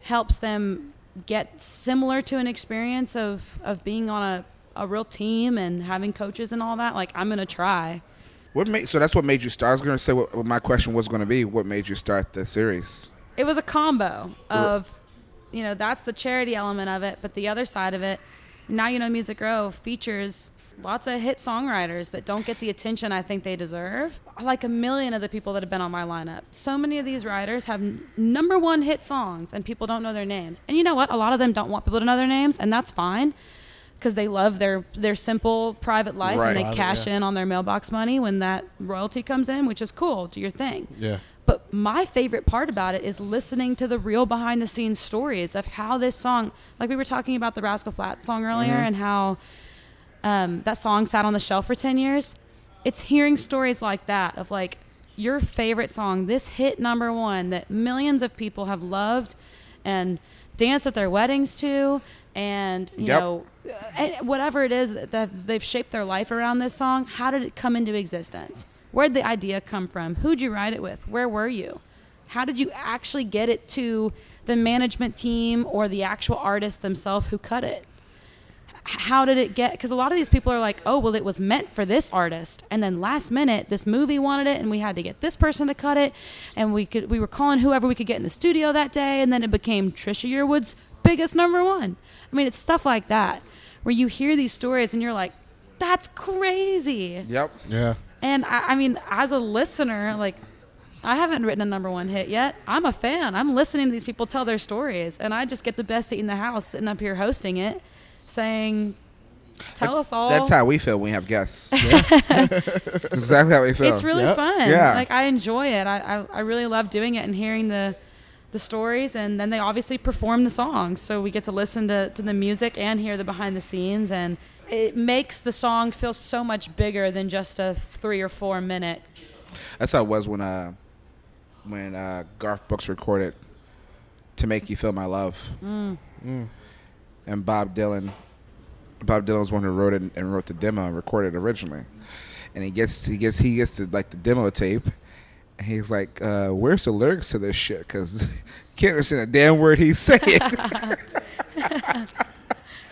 helps them get similar to an experience of of being on a a real team and having coaches and all that. Like I'm gonna try. What made? So that's what made you start. I was going to say what, what my question was going to be. What made you start the series? it was a combo of you know that's the charity element of it but the other side of it now you know music row features lots of hit songwriters that don't get the attention i think they deserve like a million of the people that have been on my lineup so many of these writers have n- number one hit songs and people don't know their names and you know what a lot of them don't want people to know their names and that's fine because they love their their simple private life Right. and they Private, cash in on their mailbox money when that royalty comes in which is cool do your thing Yeah. but my favorite part about it is listening to the real behind the scenes stories of how this song, like we were talking about the Rascal Flatts song earlier and how um, that song sat on the shelf for 10 years. It's hearing stories like that of like your favorite song, this hit number one that millions of people have loved and danced at their weddings to, and you Yep. know, uh, and whatever it is that that they've shaped their life around this song. How did it come into existence? Where'd the idea come from? Who'd you write it with? Where were you? How did you actually get it to the management team or the actual artist themselves who cut it? how did it get because a lot of these people are like oh well it was meant for this artist and then last minute this movie wanted it and we had to get this person to cut it and we could we were calling whoever we could get in the studio that day and then it became trisha yearwood's biggest number one i mean it's stuff like that where you hear these stories and you're like that's crazy Yep. Yeah. and I, I mean, as a listener, like I haven't written a number one hit yet. I'm a fan. I'm listening to these people tell their stories, and I just get the best seat in the house, sitting up here hosting it, saying, "Tell us all." That's how we feel when we have guests. That's exactly how we feel. it's really Yep. fun. Yeah. Like I enjoy it. I, I I really love doing it and hearing the the stories, and then they obviously perform the songs, so we get to listen to to the music and hear the behind the scenes and. It makes the song feel so much bigger than just a three or four minute That's how it was when uh when uh Garth Brooks recorded "To Make You Feel My Love," Mm. and Bob Dylan. Bob Dylan's one who wrote it and wrote the demo and recorded it originally. And he gets he gets he gets to like the demo tape, and he's like, uh, "Where's the lyrics to this shit? Because can't understand a damn word he's saying."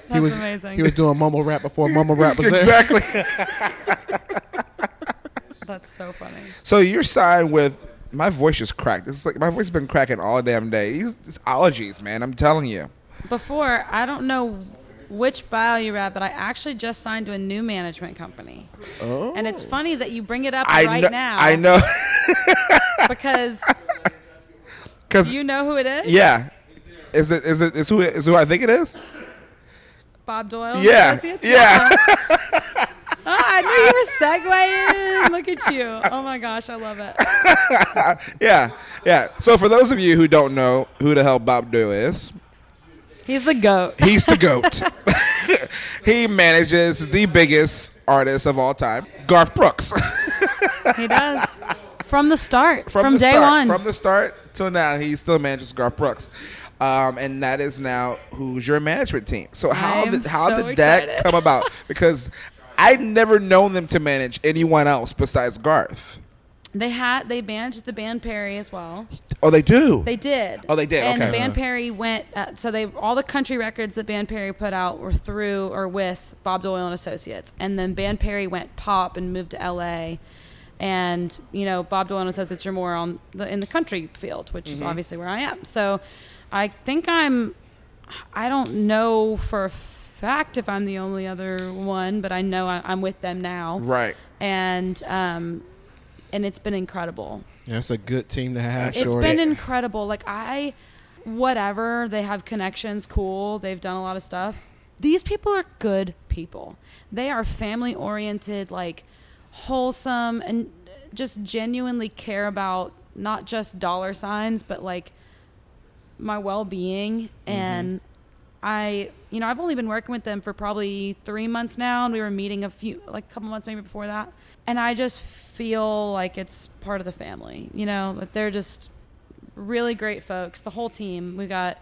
That's he was amazing. he was doing mumble rap before mumble rap was there. exactly. That's so funny. So you're signed with my voice is cracked. It's like my voice has been cracking all damn day. These it's allergies, man. I'm telling you. Before, I don't know which bio you're at, but I actually just signed to a new management company. Oh. And it's funny that you bring it up I right know. now I know. because Cause do you know who it is? yeah, is it is it is who is who I think it is? Bob Doyle. and Yeah, Associates? yeah. Oh, I knew you were segueing. Look at you. Oh my gosh, I love it. Yeah, yeah. So for those of you who don't know who the hell Bob Doyle is, He's the goat. he's the goat. he manages the biggest artist of all time, Garth Brooks. He does. From the start. From, the day start, one. From the start till now, he still manages Garth Brooks. Um, and that is now who's your management team. So how am did how so did that excited. come about? Because I'd never known them to manage anyone else besides Garth. they had they managed the band Perry as well. Oh, they do. They did. Oh, they did, And okay. Band Perry went. Uh, so they all the country records that Band Perry put out were through or with Bob Doyle and Associates, and then Band Perry went pop and moved to L.A. And you know Bob Doyle and Associates are more on the in the country field, which is obviously where I am. So I think I'm. I don't know for a fact if I'm the only other one, but I know I, I'm with them now. right. And um, and it's been incredible. Yeah, it's a good team to have. It's short. been incredible. Like I, whatever they have connections, cool. They've done a lot of stuff. These people are good people. They are family oriented, like wholesome, and just genuinely care about not just dollar signs, but like my well being. And I, you know, I've only been working with them for probably three months now, and we were meeting a few, like a couple months maybe before that. And I just feel like it's part of the family, you know, but they're just really great folks. The whole team. We got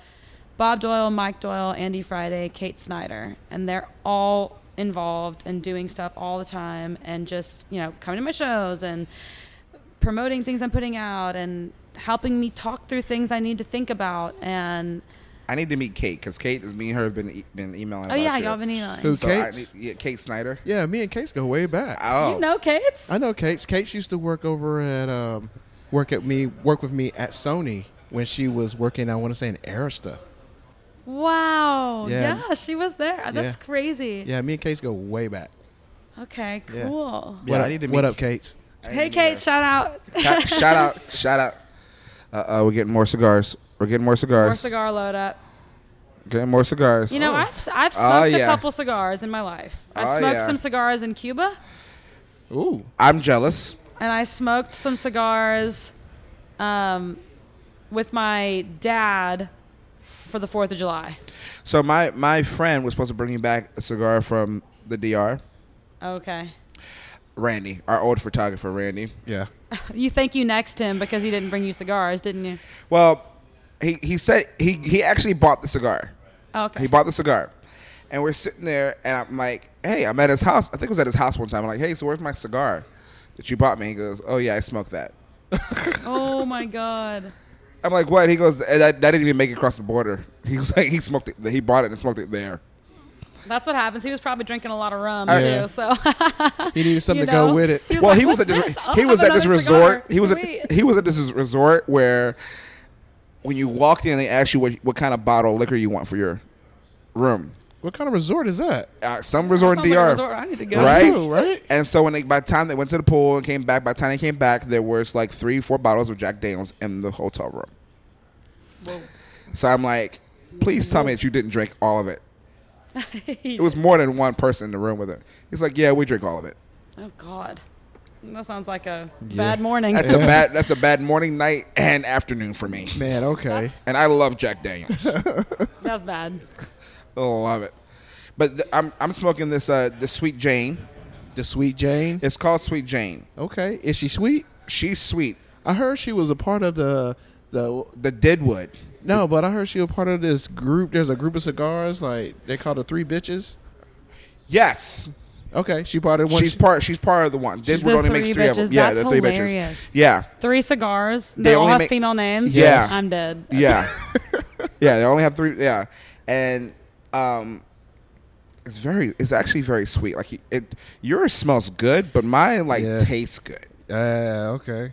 Bob Doyle, Mike Doyle, Andy Friday, Kate Snyder, and they're all involved and doing stuff all the time and just, you know, coming to my shows and promoting things I'm putting out and helping me talk through things I need to think about and I need to meet Kate because Kate is me and her have been e- been emailing. Oh about yeah, you. y'all been Who emailing. So I Kate's? need- yeah, Kate Snyder. yeah, me and Kate's go way back. Oh, You know Kate's? I know Kate's. Kate's used to work over at um, work at me work with me at Sony when she was working. I want to say in Arista. Wow. Yeah. Yeah. she was there. Uh, That's Yeah. crazy. Yeah, me and Kate's go way back. Okay, Yeah. cool. Yeah, what I up, need to what meet- up, Kate's? Hey Kate, shout out. shout, shout out, shout out. Uh, uh, we're getting more cigars. We're getting more cigars. More cigar load up. Getting more cigars. You know, I've, I've Oh, smoked yeah. a couple cigars in my life. I Oh, smoked yeah. some cigars in Cuba, Ooh, I'm jealous. and I smoked some cigars um, with my dad for the 4th of July. So my my friend was supposed to bring me back a cigar from the DR. Okay. Randy, our old photographer, Randy. yeah. You think you next him because he didn't bring you cigars, didn't you? Well, he he said he he actually bought the cigar. Oh, Okay. He bought the cigar, and we're sitting there, and I'm like, "Hey, I'm at his house. I think it was at his house one time. I'm like, hey, so where's my cigar that you bought me?" He goes, "Oh yeah, I smoked that." oh my God. I'm like, "What?" He goes, "That, that didn't even make it across the border." He was like, "He smoked it. He bought it and smoked it there." That's what happens. He was probably drinking a lot of Uh, rum Yeah. too, so He needed something You to go know? with it. He was well, like, he was at "What's this, this? I'll he was have at this another cigar. resort. He was at, Sweet." he was at this resort where when you walked in, they asked you what, what kind of bottle of liquor you want for your room. What kind of resort is that? Uh, some resort in Sounds like a DR, resort. I need to go. right? Ooh, right? And so when they by the time they went to the pool and came back, by the time they came back, there was like three, four bottles of Jack Daniels in the hotel room. So I'm like, please tell me that you didn't drink all of it. It was more than one person in the room with it. He's like, yeah, we drink all of it. oh God, that sounds like a Yeah. bad morning. That's a bad. That's a bad morning, night, and afternoon for me. Man, okay. And I love Jack Daniels. That's bad. love it. But th- I'm I'm smoking this uh this Sweet Jane. The Sweet Jane. It's called Sweet Jane. Okay, is she sweet? She's sweet. I heard she was a part of the the The Deadwood. no, but I heard she was part of this group. There's a group of cigars like they call the Three Bitches. Yes. Okay, she part of one. She's part. She's part of the one. Deadwood the only makes three three of them. bitches. Yeah, That's the three bitches. hilarious. Yeah, Three cigars. They, They all only have make- female names. Yeah. I'm dead. yeah, yeah. They only have three. Yeah, and um, it's very. It's actually very sweet. Like it. Yours smells good, but mine like Yeah. tastes good. Uh, okay.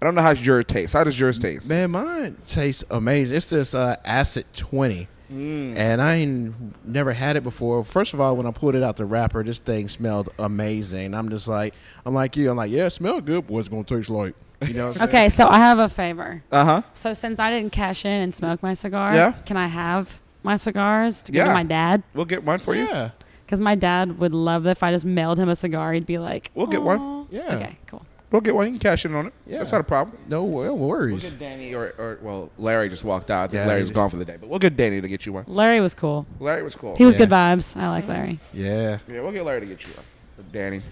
I don't know how yours tastes. How does yours taste? Man, mine tastes amazing. It's this uh, acid twenty, Mm. and I ain't never had it before. First of all, when I pulled it out the wrapper, this thing smelled amazing. I'm just like, I'm like you. I'm like, yeah, it smell good. What's gonna taste like? You know. What I'm Okay, so I have a favor. Uh huh. So since I didn't cash in and smoke my cigar, Yeah. can I have my cigars to give Yeah. to my dad? We'll get one for saying? you. Yeah. Because my dad would love that if I just mailed him a cigar, he'd be like, We'll get one. "Aw." Yeah. Okay, cool. We'll get one. You can cash in on it. Yeah. That's not a problem. No wor- worries. Danny or, or well, Larry just walked out. I think Yeah, Larry he was just- gone for the day, but we'll get Danny to get you one. Larry was cool. Larry was cool. He was Yeah. good vibes. I like Larry. Yeah. yeah, we'll get Larry to get you one. But Danny,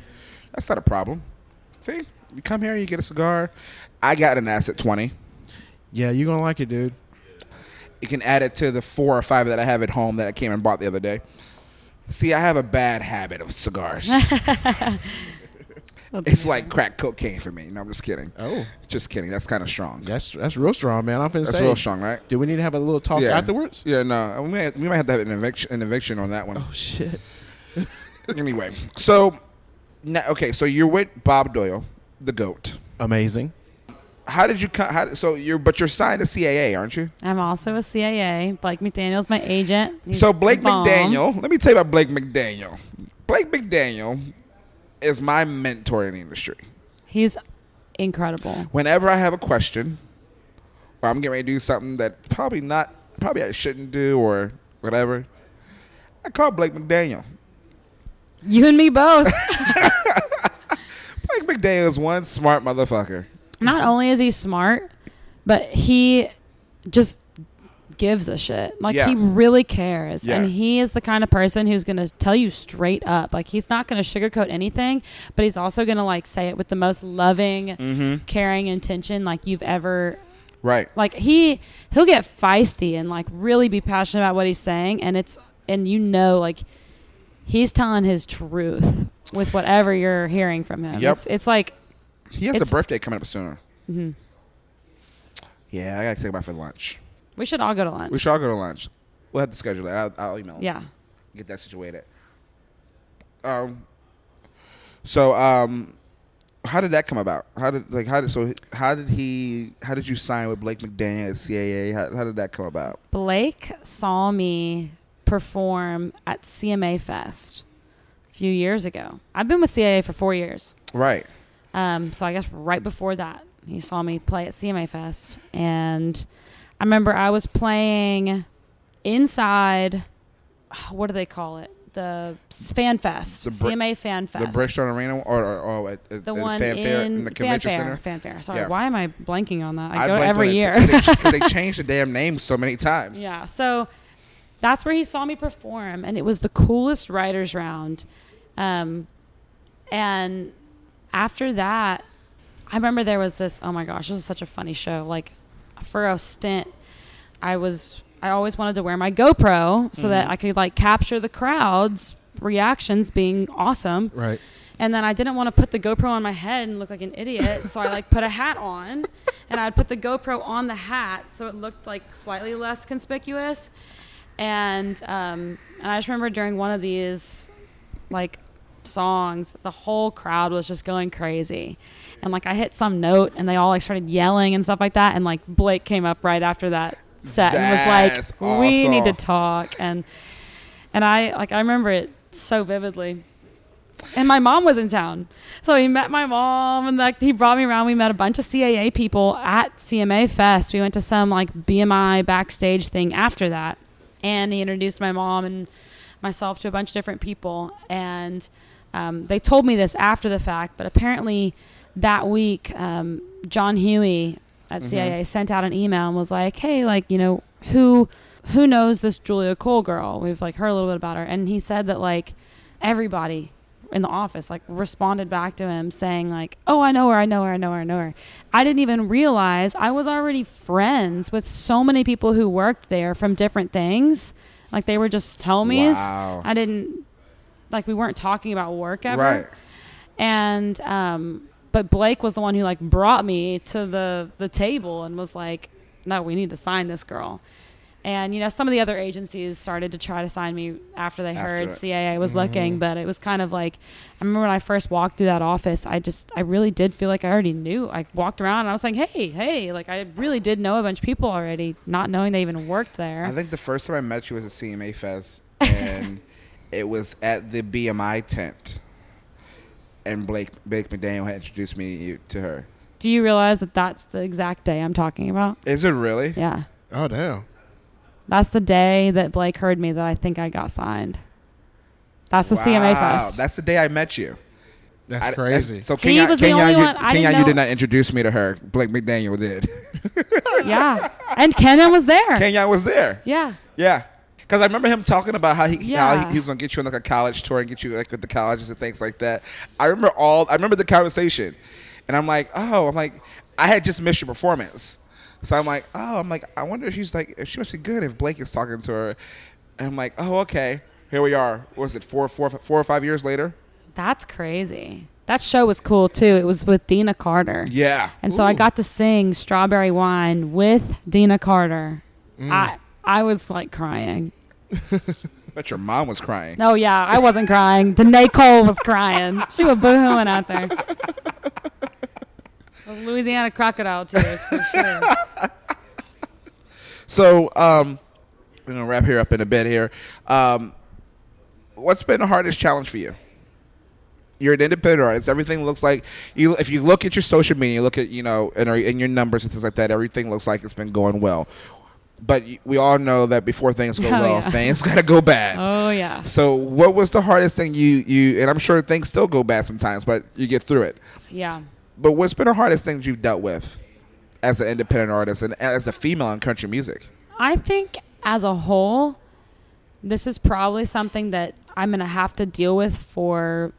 that's not a problem. See, you come here, you get a cigar. I got an acid twenty. Yeah, you gonna like it, dude. You can add it to the four or five that I have at home that I came and bought the other day. See, I have a bad habit of cigars. it's like crack cocaine for me. No, I'm just kidding. Oh. Just kidding. That's kind of strong. That's that's real strong, man. I'm finna That's say. real strong, right? Do we need to have a little talk afterwards? Yeah, no. We might, we might have to have an eviction, an eviction on that one. Oh shit. Anyway, so, now, okay, so you're with Bob Doyle, the GOAT. Amazing. How did you co- how so you're but you're signed to CAA, aren't you? I'm also a CIA. Blake McDaniel's my agent. He's so Blake the bomb. McDaniel, let me tell you about Blake McDaniel. Blake McDaniel is my mentor in the industry. He's incredible. Whenever I have a question or I'm getting ready to do something that probably not probably I shouldn't do or whatever, I call Blake McDaniel. You and me both. Blake McDaniel is one smart motherfucker. Not only is he smart, but he just gives a shit. Like Yeah. he really cares. And Yeah. he is the kind of person who's going to tell you straight up. Like he's not going to sugarcoat anything, but he's also going to like say it with the most loving, Mm. caring intention like you've ever Right. like he he'll get feisty and like really be passionate about what he's saying and it's and you know like he's telling his truth with whatever you're hearing from him Yep. it's, it's like mm-hmm. He has It's- a birthday coming up sooner. Yeah, I gotta think about for lunch. we should all go to lunch We should all go to lunch. We'll have to schedule it. I'll, I'll email. him. yeah get that situated. Um. So um, how did that come about? How did like how did so how did he how did you sign with Blake McDaniel at CAA? How, how did that come about? blake saw me perform at cma fest a few years ago i've been with caa for four years Right. Um, so I guess right before that, he saw me play at CMA Fest, and I remember I was playing inside. What do they call it? The s- Fan Fest, The Br- CMA Fan Fest, The Bridgestone Arena or or, or at, at the one fanfare in, in the convention fanfare, center. fanfare. Sorry, Yeah. why am I blanking on that? I, go blanked on every it year. too, 'cause they, 'cause they changed the damn name so many times. Yeah. So that's where he saw me perform, and it was the coolest writers round. Um, and after that, I remember there was this. Oh my gosh, this was such a funny show. Like for a stint, I was I always wanted to wear my GoPro so that I could like capture the crowd's reactions being awesome. Right. And then I didn't want to put the GoPro on my head and look like an idiot, so I like put a hat on, and I'd put the GoPro on the hat so it looked like slightly less conspicuous. And um, and I just remember during one of these like songs, the whole crowd was just going crazy, and like I hit some note, and they all like started yelling and stuff like that, and like Blake came up right after that set and was That's like, "We need to awesome. talk," and and I like I remember it so vividly. And my mom was in town. So he met my mom and like he brought me around. We met a bunch of CAA people at CMA Fest. We went to some like BMI backstage thing after that. And he introduced my mom and myself to a bunch of different people. And um, they told me this after the fact, but apparently that week, um, John Huey at CAA sent out an email and was like, hey, like, you know, who who knows this Julia Cole girl? We've like heard a little bit about her. And he said that like everybody in the office like responded back to him saying like oh i know her i know her i know her i know her i didn't even realize i was already friends with so many people who worked there from different things like they were just homies Wow. i didn't like we weren't talking about work ever Right. and um but blake was the one who like brought me to the the table and was like no we need to sign this girl And you know, some of the other agencies started to try to sign me after they After heard it. Mm-hmm. CAA was looking, but it was kind of like I remember when I first walked through that office, I just I really did feel like I already knew. I walked around and I was like, "Hey, hey!" Like I really did know a bunch of people already, not knowing they even worked there. I think the first time I met you was at CMA Fest, and it was at the BMI tent, and Blake Blake McDaniel had introduced me to, you, to her. Do you realize that that's the exact day I'm talking about? Is it really? Yeah. Oh damn. That's the day that Blake heard me that I think I got signed. That's the CMA Wow, Fest. That's the day I met you. That's I- crazy. so He Kenyon, was the Kenyon, only you, one- I didn't Kenyon, you know- did not introduce me to her. Blake McDaniel did. yeah. And Kenyon was there. Kenyon was there. yeah. Yeah. Because I remember him talking about how he how Yeah. he, he was gonna get you on like a college tour and get you like with the colleges and things like that. I remember all I remember the conversation, and I'm like, oh, I'm like, I had just missed your performance, so I'm like, oh, I'm like, I wonder if she's like, if she must be good if Blake is talking to her, and I'm like, oh, okay, here we are. What was it four, four, four or five years later? That's crazy. That show was cool too. It was with Dina Carter. Yeah. And so I Ooh. got to sing Strawberry Wine with Dina Carter. Mm. I I was like crying. But your mom was crying. No, yeah, I wasn't crying. Danae Cole was crying. She was boohooing out there. Those Louisiana crocodile tears for sure. So um, we're gonna wrap here up in a bit here. Um, what's been the hardest challenge for you? You're an independent artist. Everything looks like you. If you look at your social media, you look at you know, and, and your numbers and things like that, everything looks like it's been going well. But y- we all know that before things go Oh, well, yeah. things gotta go bad. Oh yeah. So, what was the hardest thing you you? And I'm sure things still go bad sometimes, but you get through it. Yeah. But what's been the hardest things you've dealt with as an independent artist and as a female in country music? I think as a whole, this is probably something that I'm going to have to deal with for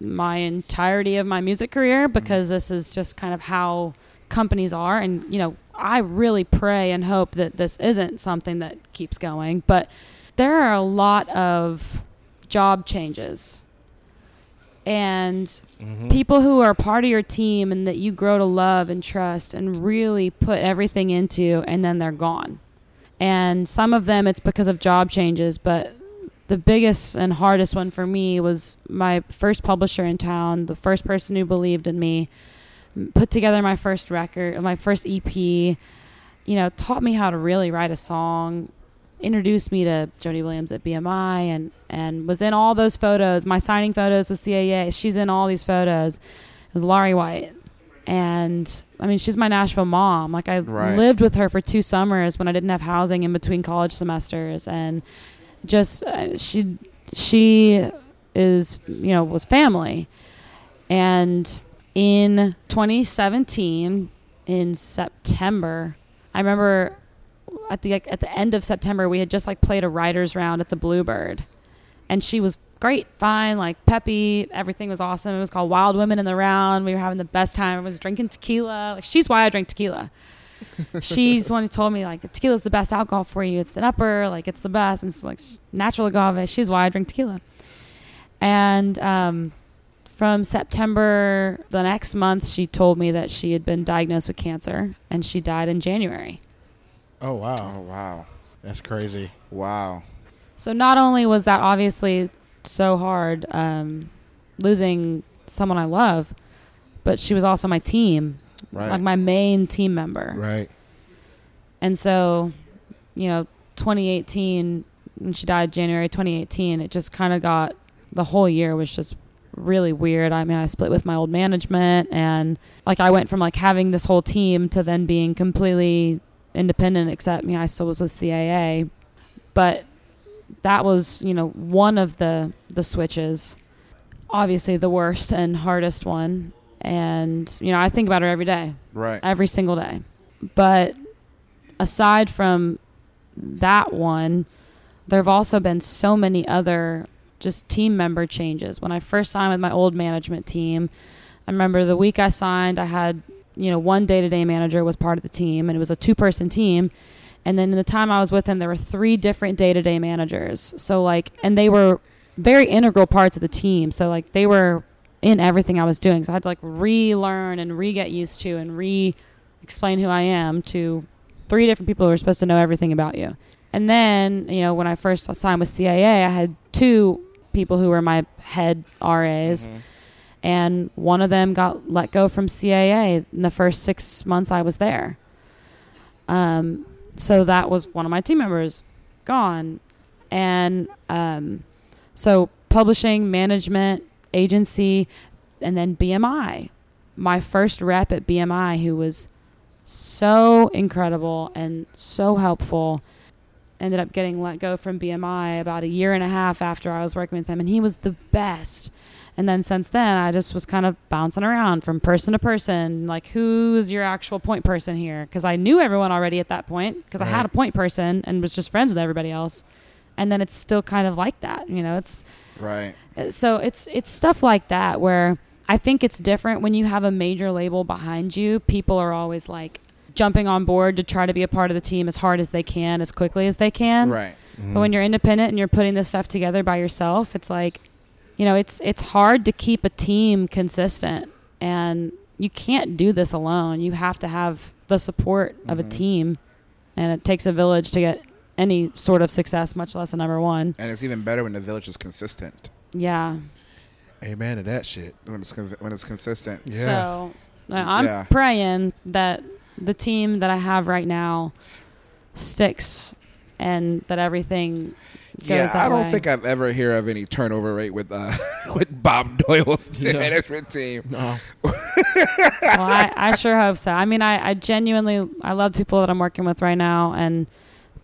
my entirety of my music career because this is just kind of how companies are. And, you know, I really pray and hope that this isn't something that keeps going. But there are a lot of job changes. And Mm-hmm. people who are part of your team and that you grow to love and trust and really put everything into, and then they're gone. And some of them it's because of job changes, but the biggest and hardest one for me was my first publisher in town, the first person who believed in me, m- put together my first record, my first EP, you know, taught me how to really write a song, introduced me to Jody Williams at BMI and and was in all those photos, my signing photos with CAA. She's in all these photos. It was Laurie White. And I mean, she's my Nashville mom. Like I Right. lived with her for two summers when I didn't have housing in between college semesters and just uh, she she is you know was family and in 2017 in september i remember at the like, at the end of september we had just like played a writers round at the bluebird and she was great fine like peppy everything was awesome it was called wild women in the round we were having the best time i was drinking tequila like she's why i drink tequila she's the one who told me like tequila is the best alcohol for you. It's an upper, like it's the best. And it's like sh- natural agave. She's why I drink tequila. And um, from September the next month, she told me that she had been diagnosed with cancer and she died in January. Oh wow. wow. That's crazy. Wow. So not only was that obviously so hard, um, losing someone I love, but she was also my team, Right. like my main team member. Right. And so, you know, 2018, when she died January 2018, it just kind of got the whole year was just really weird. I mean, I split with my old management and like I went from like having this whole team to then being completely independent, except, you know, I still was with CAA. But that was, you know, one of the, the switches. Obviously, the worst and hardest one. And, you know, I think about her every day right. every single day. But aside from that one, there have also been so many other just team member changes. When I first signed with my old management team, I remember the week I signed, I had, you know, one day to day manager was part of the team and it was a two person team. And then in the time I was with him, there were three different day to day managers. So, like, and they were very integral parts of the team. So, like, they were in everything I was doing. So I had to like relearn and re get used to and re explain who I am to three different people who were supposed to know everything about you. And then, you know, when I first signed with CIA, I had two people who were my head RAs, Mm-hmm. and one of them got let go from CIA in the first six months I was there. Um, so that was one of my team members gone, and um, so publishing, management, agency, and then BMI. My first rep at BMI, who was so incredible and so helpful, ended up getting let go from BMI about a year and a half after I was working with him, and he was the best. And then since then, I just was kind of bouncing around from person to person, like who's your actual point person here? Because I knew everyone already at that point, because I had a point person and was just friends with everybody else. And then it's still kind of like that, you know. It's Right. so it's it's stuff like that where I think it's different when you have a major label behind you. People are always like jumping on board to try to be a part of the team as hard as they can, as quickly as they can. Right. But when you're independent and you're putting this stuff together by yourself, it's like, you know, it's it's hard to keep a team consistent, and you can't do this alone. You have to have the support of a team, and it takes a village to get any sort of success, much less a number one. And it's even better when the village is consistent. Yeah. Mm-hmm. Amen to that shit. When it's con- when it's consistent. Yeah. So uh, I'm Yeah. praying that the team that I have right now sticks and that everything goes yeah, that I don't way. think I've ever hear of any turnover rate with uh, with Bob Doyle's Yeah. management team. No. Mm-hmm. well, I, I sure hope so. I mean, I, I genuinely I love the people that I'm working with right now, and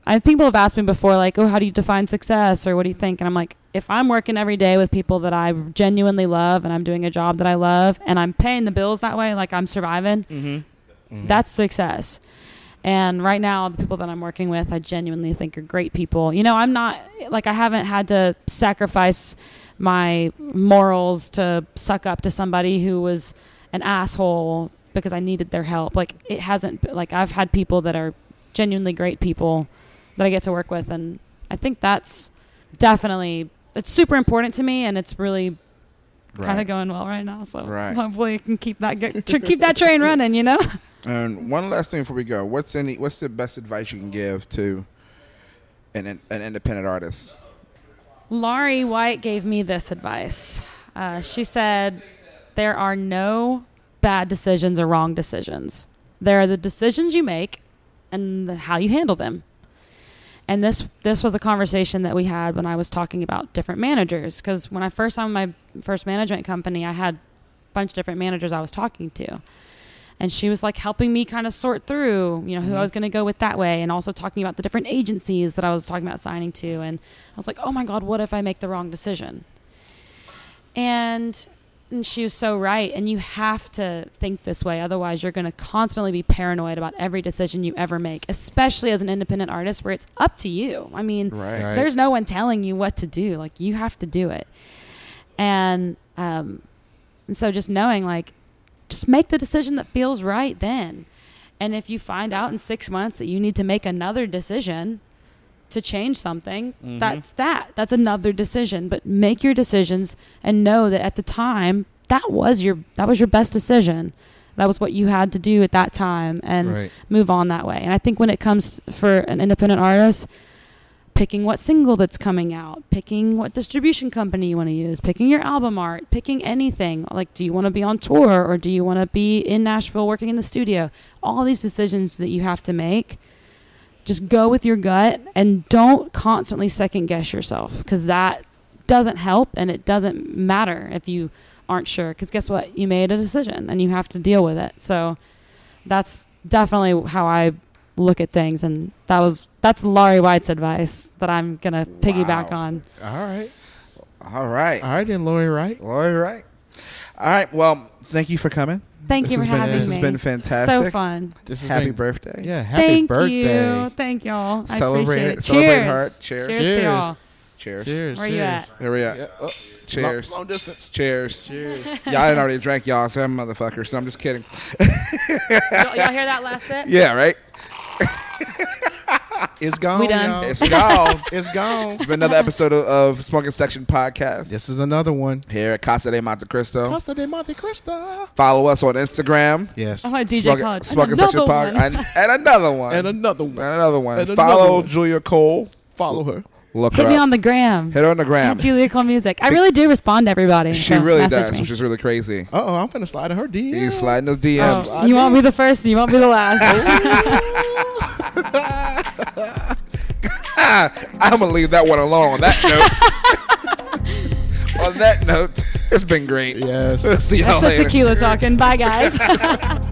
I people have asked me before, like, oh, how do you define success, or what do you think? And I'm like, if I'm working every day with people that I genuinely love, and I'm doing a job that I love, and I'm paying the bills that way, like I'm surviving, that's success. And right now, the people that I'm working with, I genuinely think are great people. You know, I'm not like I haven't had to sacrifice my morals to suck up to somebody who was an asshole because I needed their help. Like it hasn't been- like I've had people that are genuinely great people that I get to work with and I think that's definitely it's super important to me and it's really kind of going well right now. So Right. hopefully I can keep that get, tr- keep that train running, you know? And one last thing before we go, what's any what's the best advice you can give to an an, an independent artist? Laurie White gave me this advice. Uh, she said, There are no bad decisions or wrong decisions. There are the decisions you make and the, how you handle them. And this this was a conversation that we had when I was talking about different managers because when I first signed my first management company, I had a bunch of different managers I was talking to. And she was like helping me kind of sort through, you know, who I was going to go with that way and also talking about the different agencies that I was talking about signing to and I was like, "Oh my god, what if I make the wrong decision?" And and she was so right and you have to think this way otherwise you're going to constantly be paranoid about every decision you ever make especially as an independent artist where it's up to you i mean Right. Right. there's no one telling you what to do like you have to do it and um and so just knowing like just make the decision that feels right then and if you find out in six months that you need to make another decision to change something Mm-hmm. Mm-hmm. that's that that's another decision but make your decisions and know that at the time that was your that was your best decision that was what you had to do at that time and Right. move on that way and i think when it comes for an independent artist picking what single that's coming out, picking what distribution company you want to use, picking your album art, picking anything. Like, do you want to be on tour or do you want to be in Nashville working in the studio? All these decisions that you have to make. Just go with your gut and don't constantly second guess yourself because that doesn't help and it doesn't matter if you aren't sure. Because guess what? You made a decision and you have to deal with it. So that's definitely how I look at things and that was that's Laurie White's advice that I'm gonna piggyback Wow. on. All right. All right. All right then, Lori. Right. All right. All right. Well, thank you for coming. Thank This you has for been- having this me. has been fantastic. So fun. This has Happy been- birthday. Yeah. Happy Thank birthday. you. Thank y'all. I Celebrate appreciate it. it. Celebrate Cheers. hard. Cheers. Cheers. to Cheers. y'all. Cheers. Cheers. Where cheers. you at? Here we are. Yeah. Oh, Cheers. Long, long distance. Cheers. Cheers. y'all had already drank y'all, so I'm motherfucker, so I'm just kidding. y'all, y'all hear that last sip? Yeah, right? It's gone. We done. y'all. It's gone. It's gone. It's been another episode of, of Smoking Section Podcast. This is another one. Here at Casa de Monte Cristo. Costa de Monte Cristo. Follow us on Instagram. Yes. Oh, my DJ Smoking- College. Smoking Another Section Pod- one. And, and another one. And another And one. another one. and Follow another one. Julia Cole. Follow her. Look Hit her me up. on the gram. Hit her on the gram. At Julia Cole Music. I really do respond to everybody. She so really message does, me. which is really crazy. Uh oh, I'm finna slide in her DM. You slide in those DMs. Oh. You won't be the first and you won't be the last. Oh, I'm gonna leave that one alone. On that note, on that note, it's been great. Yes. See y'all That's the later. tequila talking. Bye, guys.